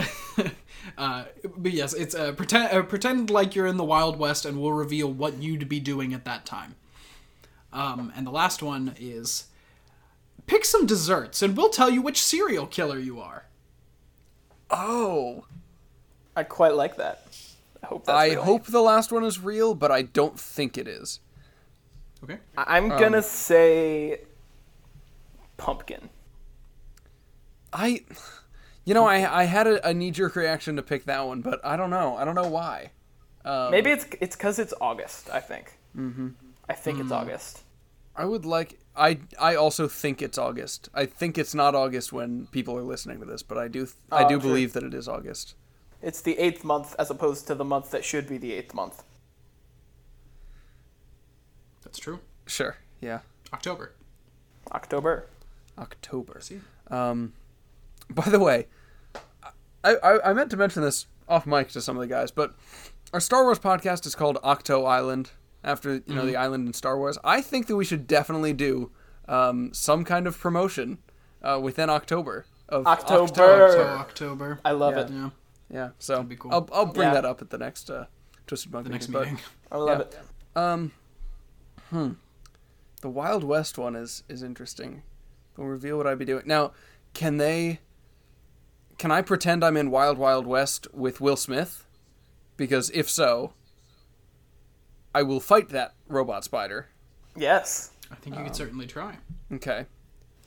Speaker 2: uh, but yes, it's uh, pretend uh, pretend like you're in the Wild West, and we'll reveal what you'd be doing at that time. Um, and the last one is pick some desserts, and we'll tell you which serial killer you are.
Speaker 1: Oh,
Speaker 3: I quite like that. I hope that's
Speaker 1: I
Speaker 3: real.
Speaker 1: hope the last one is real, but I don't think it is.
Speaker 2: Okay,
Speaker 3: I-
Speaker 2: um,
Speaker 3: I'm gonna say pumpkin.
Speaker 1: I, you know, I I had a, a knee jerk reaction to pick that one, but I don't know. I don't know why.
Speaker 3: Maybe it's it's because it's August. I think. Mm-hmm. I think it's August.
Speaker 1: I would like. I I also think it's August. I think it's not August when people are listening to this, but I do th- I
Speaker 3: Oh,
Speaker 1: do
Speaker 3: true.
Speaker 1: believe that it is August.
Speaker 3: It's the eighth month as opposed to the month that should be the eighth month.
Speaker 2: that's true.
Speaker 1: Sure. Yeah.
Speaker 2: October.
Speaker 3: October.
Speaker 1: October.
Speaker 2: See, Oh,
Speaker 1: By the way, I, I I meant to mention this off mic to some of the guys, but our Star Wars podcast is called Octo Island after you know the
Speaker 2: Mm-hmm.
Speaker 1: island in Star Wars. I think that we should definitely do um, some kind of promotion uh, within October of
Speaker 3: October.
Speaker 2: so
Speaker 1: Octo-
Speaker 2: October.
Speaker 3: I love it.
Speaker 2: yeah,
Speaker 1: Yeah. So
Speaker 2: be cool.
Speaker 1: I'll I'll bring
Speaker 3: Yeah.
Speaker 1: that up at the next uh, Twisted Monk
Speaker 2: the next
Speaker 1: meeting, but-
Speaker 2: meeting.
Speaker 3: I love
Speaker 1: Yeah.
Speaker 3: it.
Speaker 1: The Wild West one is is interesting. They'll reveal what I'd be doing. Now, can they? Can I pretend I'm in Wild Wild West with Will Smith? Because if so, I will fight that robot spider.
Speaker 3: Yes.
Speaker 2: I think
Speaker 3: Um,
Speaker 2: you could certainly try.
Speaker 1: Okay,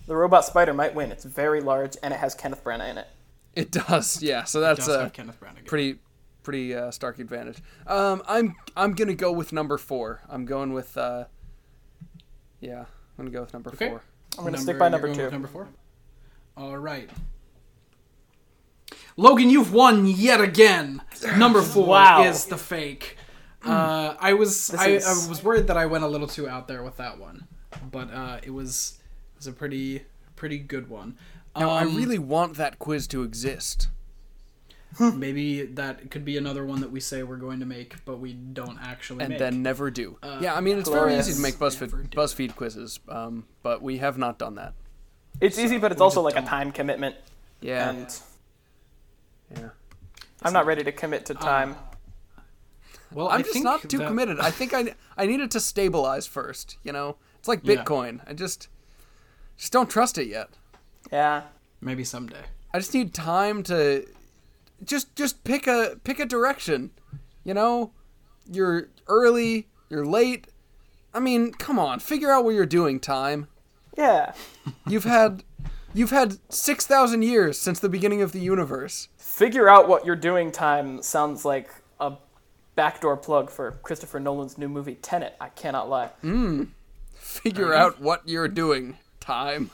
Speaker 3: The robot spider might win. It's very large and it has Kenneth Branagh in it.
Speaker 1: it does. Yeah, so that's
Speaker 2: Does
Speaker 1: a
Speaker 2: have Kenneth Branagh.
Speaker 1: pretty pretty uh, stark advantage. Um, I'm I'm gonna go with number four. I'm going with uh, yeah, I'm gonna go with number
Speaker 2: Okay.
Speaker 1: four.
Speaker 3: I'm gonna stick by
Speaker 2: you're
Speaker 3: number
Speaker 2: going
Speaker 3: two.
Speaker 2: with Number four. All right. Logan, you've won yet again. Number four
Speaker 3: Wow.
Speaker 2: is the fake. Uh, I was I,
Speaker 3: is-
Speaker 2: I was worried that I went a little too out there with that one, but uh, it was it was a pretty pretty good one.
Speaker 1: Now, I
Speaker 2: Um,
Speaker 1: really want that quiz to exist.
Speaker 2: maybe that could be another one that we say we're going to make, but we don't actually.
Speaker 1: and
Speaker 2: make.
Speaker 1: then never do.
Speaker 2: Uh,
Speaker 1: yeah, I mean it's very
Speaker 3: glorious.
Speaker 1: easy to make
Speaker 2: Never
Speaker 1: BuzzFeed
Speaker 2: do
Speaker 1: BuzzFeed quizzes, um, but we have not done that.
Speaker 3: It's easy, but it's also
Speaker 2: just
Speaker 3: like a
Speaker 2: don't.
Speaker 3: time commitment,
Speaker 1: Yeah,
Speaker 3: and
Speaker 1: yeah.
Speaker 3: I'm not ready to commit to time.
Speaker 2: well, I
Speaker 1: I'm just
Speaker 2: think
Speaker 1: not too
Speaker 2: that-
Speaker 1: committed. I think I I need it to stabilize first. You know, it's like
Speaker 2: Yeah.
Speaker 1: Bitcoin. I just just don't trust it yet.
Speaker 3: yeah,
Speaker 2: Maybe someday.
Speaker 1: I just need time to just just pick a pick a direction. You know, you're early, you're late. I mean, come on, figure out what you're doing. Time.
Speaker 3: Yeah.
Speaker 1: You've had you've had six thousand years since the beginning of the universe.
Speaker 3: Figure out what you're doing time sounds like a backdoor plug for Christopher Nolan's new movie Tenet. I cannot lie.
Speaker 1: Figure out what you're doing. Time.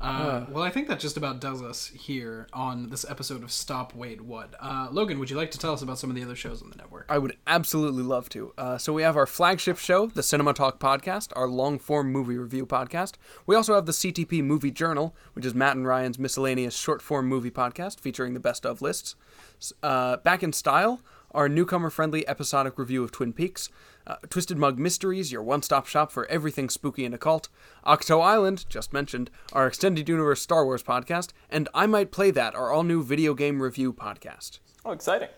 Speaker 2: Uh, well, I think that just about does us here on this episode of Stop, Wait, What. Uh, Logan, would you like to tell us about some of the other shows on the network?
Speaker 1: I would absolutely love to. Uh, so we have our flagship show, the Cinema Talk podcast, our long-form movie review podcast. We also have the CTP Movie Journal, which is Matt and Ryan's miscellaneous short-form movie podcast featuring the best of lists. S- Uh, Back in Style, our newcomer-friendly episodic review of Twin Peaks. Uh, Twisted Mug Mysteries, your one-stop shop for everything spooky and occult. Octo Island, just mentioned, our extended universe Star Wars podcast, and I Might Play That, our all-new video game review podcast.
Speaker 3: Oh, exciting.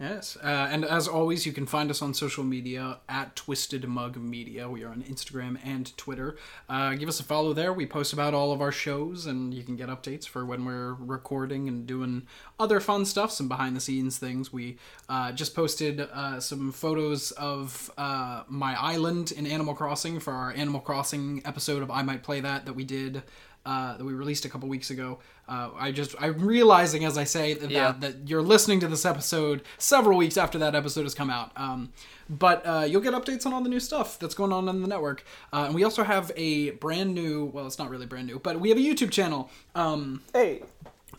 Speaker 2: Yes. Uh, and as always, you can find us on social media at Twisted Mug Media. We are on Instagram and Twitter. Uh, give us a follow there. We post about all of our shows, and you can get updates for when we're recording and doing other fun stuff, some behind the scenes things. We uh, just posted uh, some photos of uh, my island in Animal Crossing for our Animal Crossing episode of I Might Play That that we did. Uh, that we released a couple weeks ago. Uh, I just I'm realizing as I say that,
Speaker 1: Yeah.
Speaker 2: that that you're listening to this episode several weeks after that episode has come out. Um, but uh, you'll get updates on all the new stuff that's going on in the network. Uh, and we also have a brand new, well, it's not really brand new, but we have a YouTube channel, um,
Speaker 3: Hey.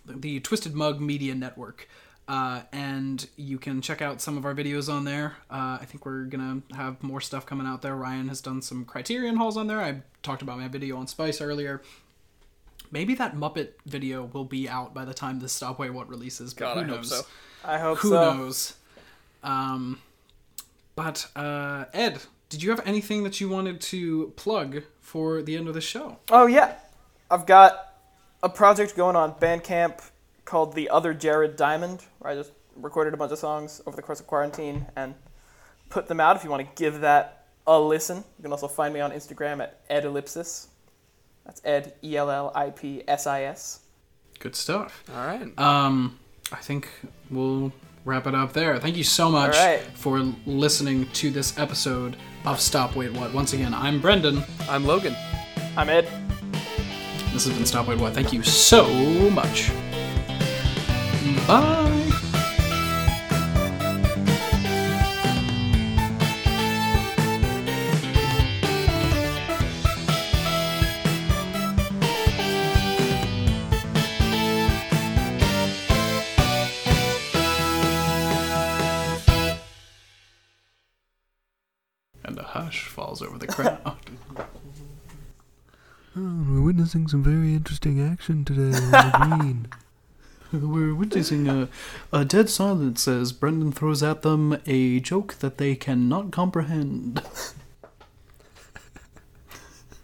Speaker 2: the Twisted Mug Media Network. Uh, and you can check out some of our videos on there. Uh, I think we're gonna have more stuff coming out there. Ryan has done some Criterion hauls on there. I talked about my video on Spice earlier. Maybe that Muppet video will be out by the time this Stop Wait What releases. But
Speaker 1: God,
Speaker 2: who
Speaker 1: I hope
Speaker 2: knows?
Speaker 1: so.
Speaker 3: I hope
Speaker 2: Who
Speaker 3: so.
Speaker 2: knows? Um, but uh, Ed, did you have anything that you wanted to plug for the end of the show?
Speaker 3: Oh yeah, I've got a project going on Bandcamp called The Other Jared Diamond, where I just recorded a bunch of songs over the course of quarantine and put them out. If you want to give that a listen, you can also find me on Instagram at Ed Ellipsis. That's Ed E L L I P S I S.
Speaker 2: Good stuff.
Speaker 1: All right.
Speaker 2: Um, I think we'll wrap it up there. Thank you so much
Speaker 3: All right.
Speaker 2: for listening to this episode of Stop Wait What. Once again, I'm Brendan.
Speaker 1: I'm Logan.
Speaker 3: I'm Ed.
Speaker 2: This has been Stop Wait What. Thank you so much. Bye. And a hush falls over the crowd.
Speaker 6: We're witnessing some very interesting action today on the green.
Speaker 2: We're witnessing a, a dead silence as Brendan throws at them a joke that they cannot comprehend.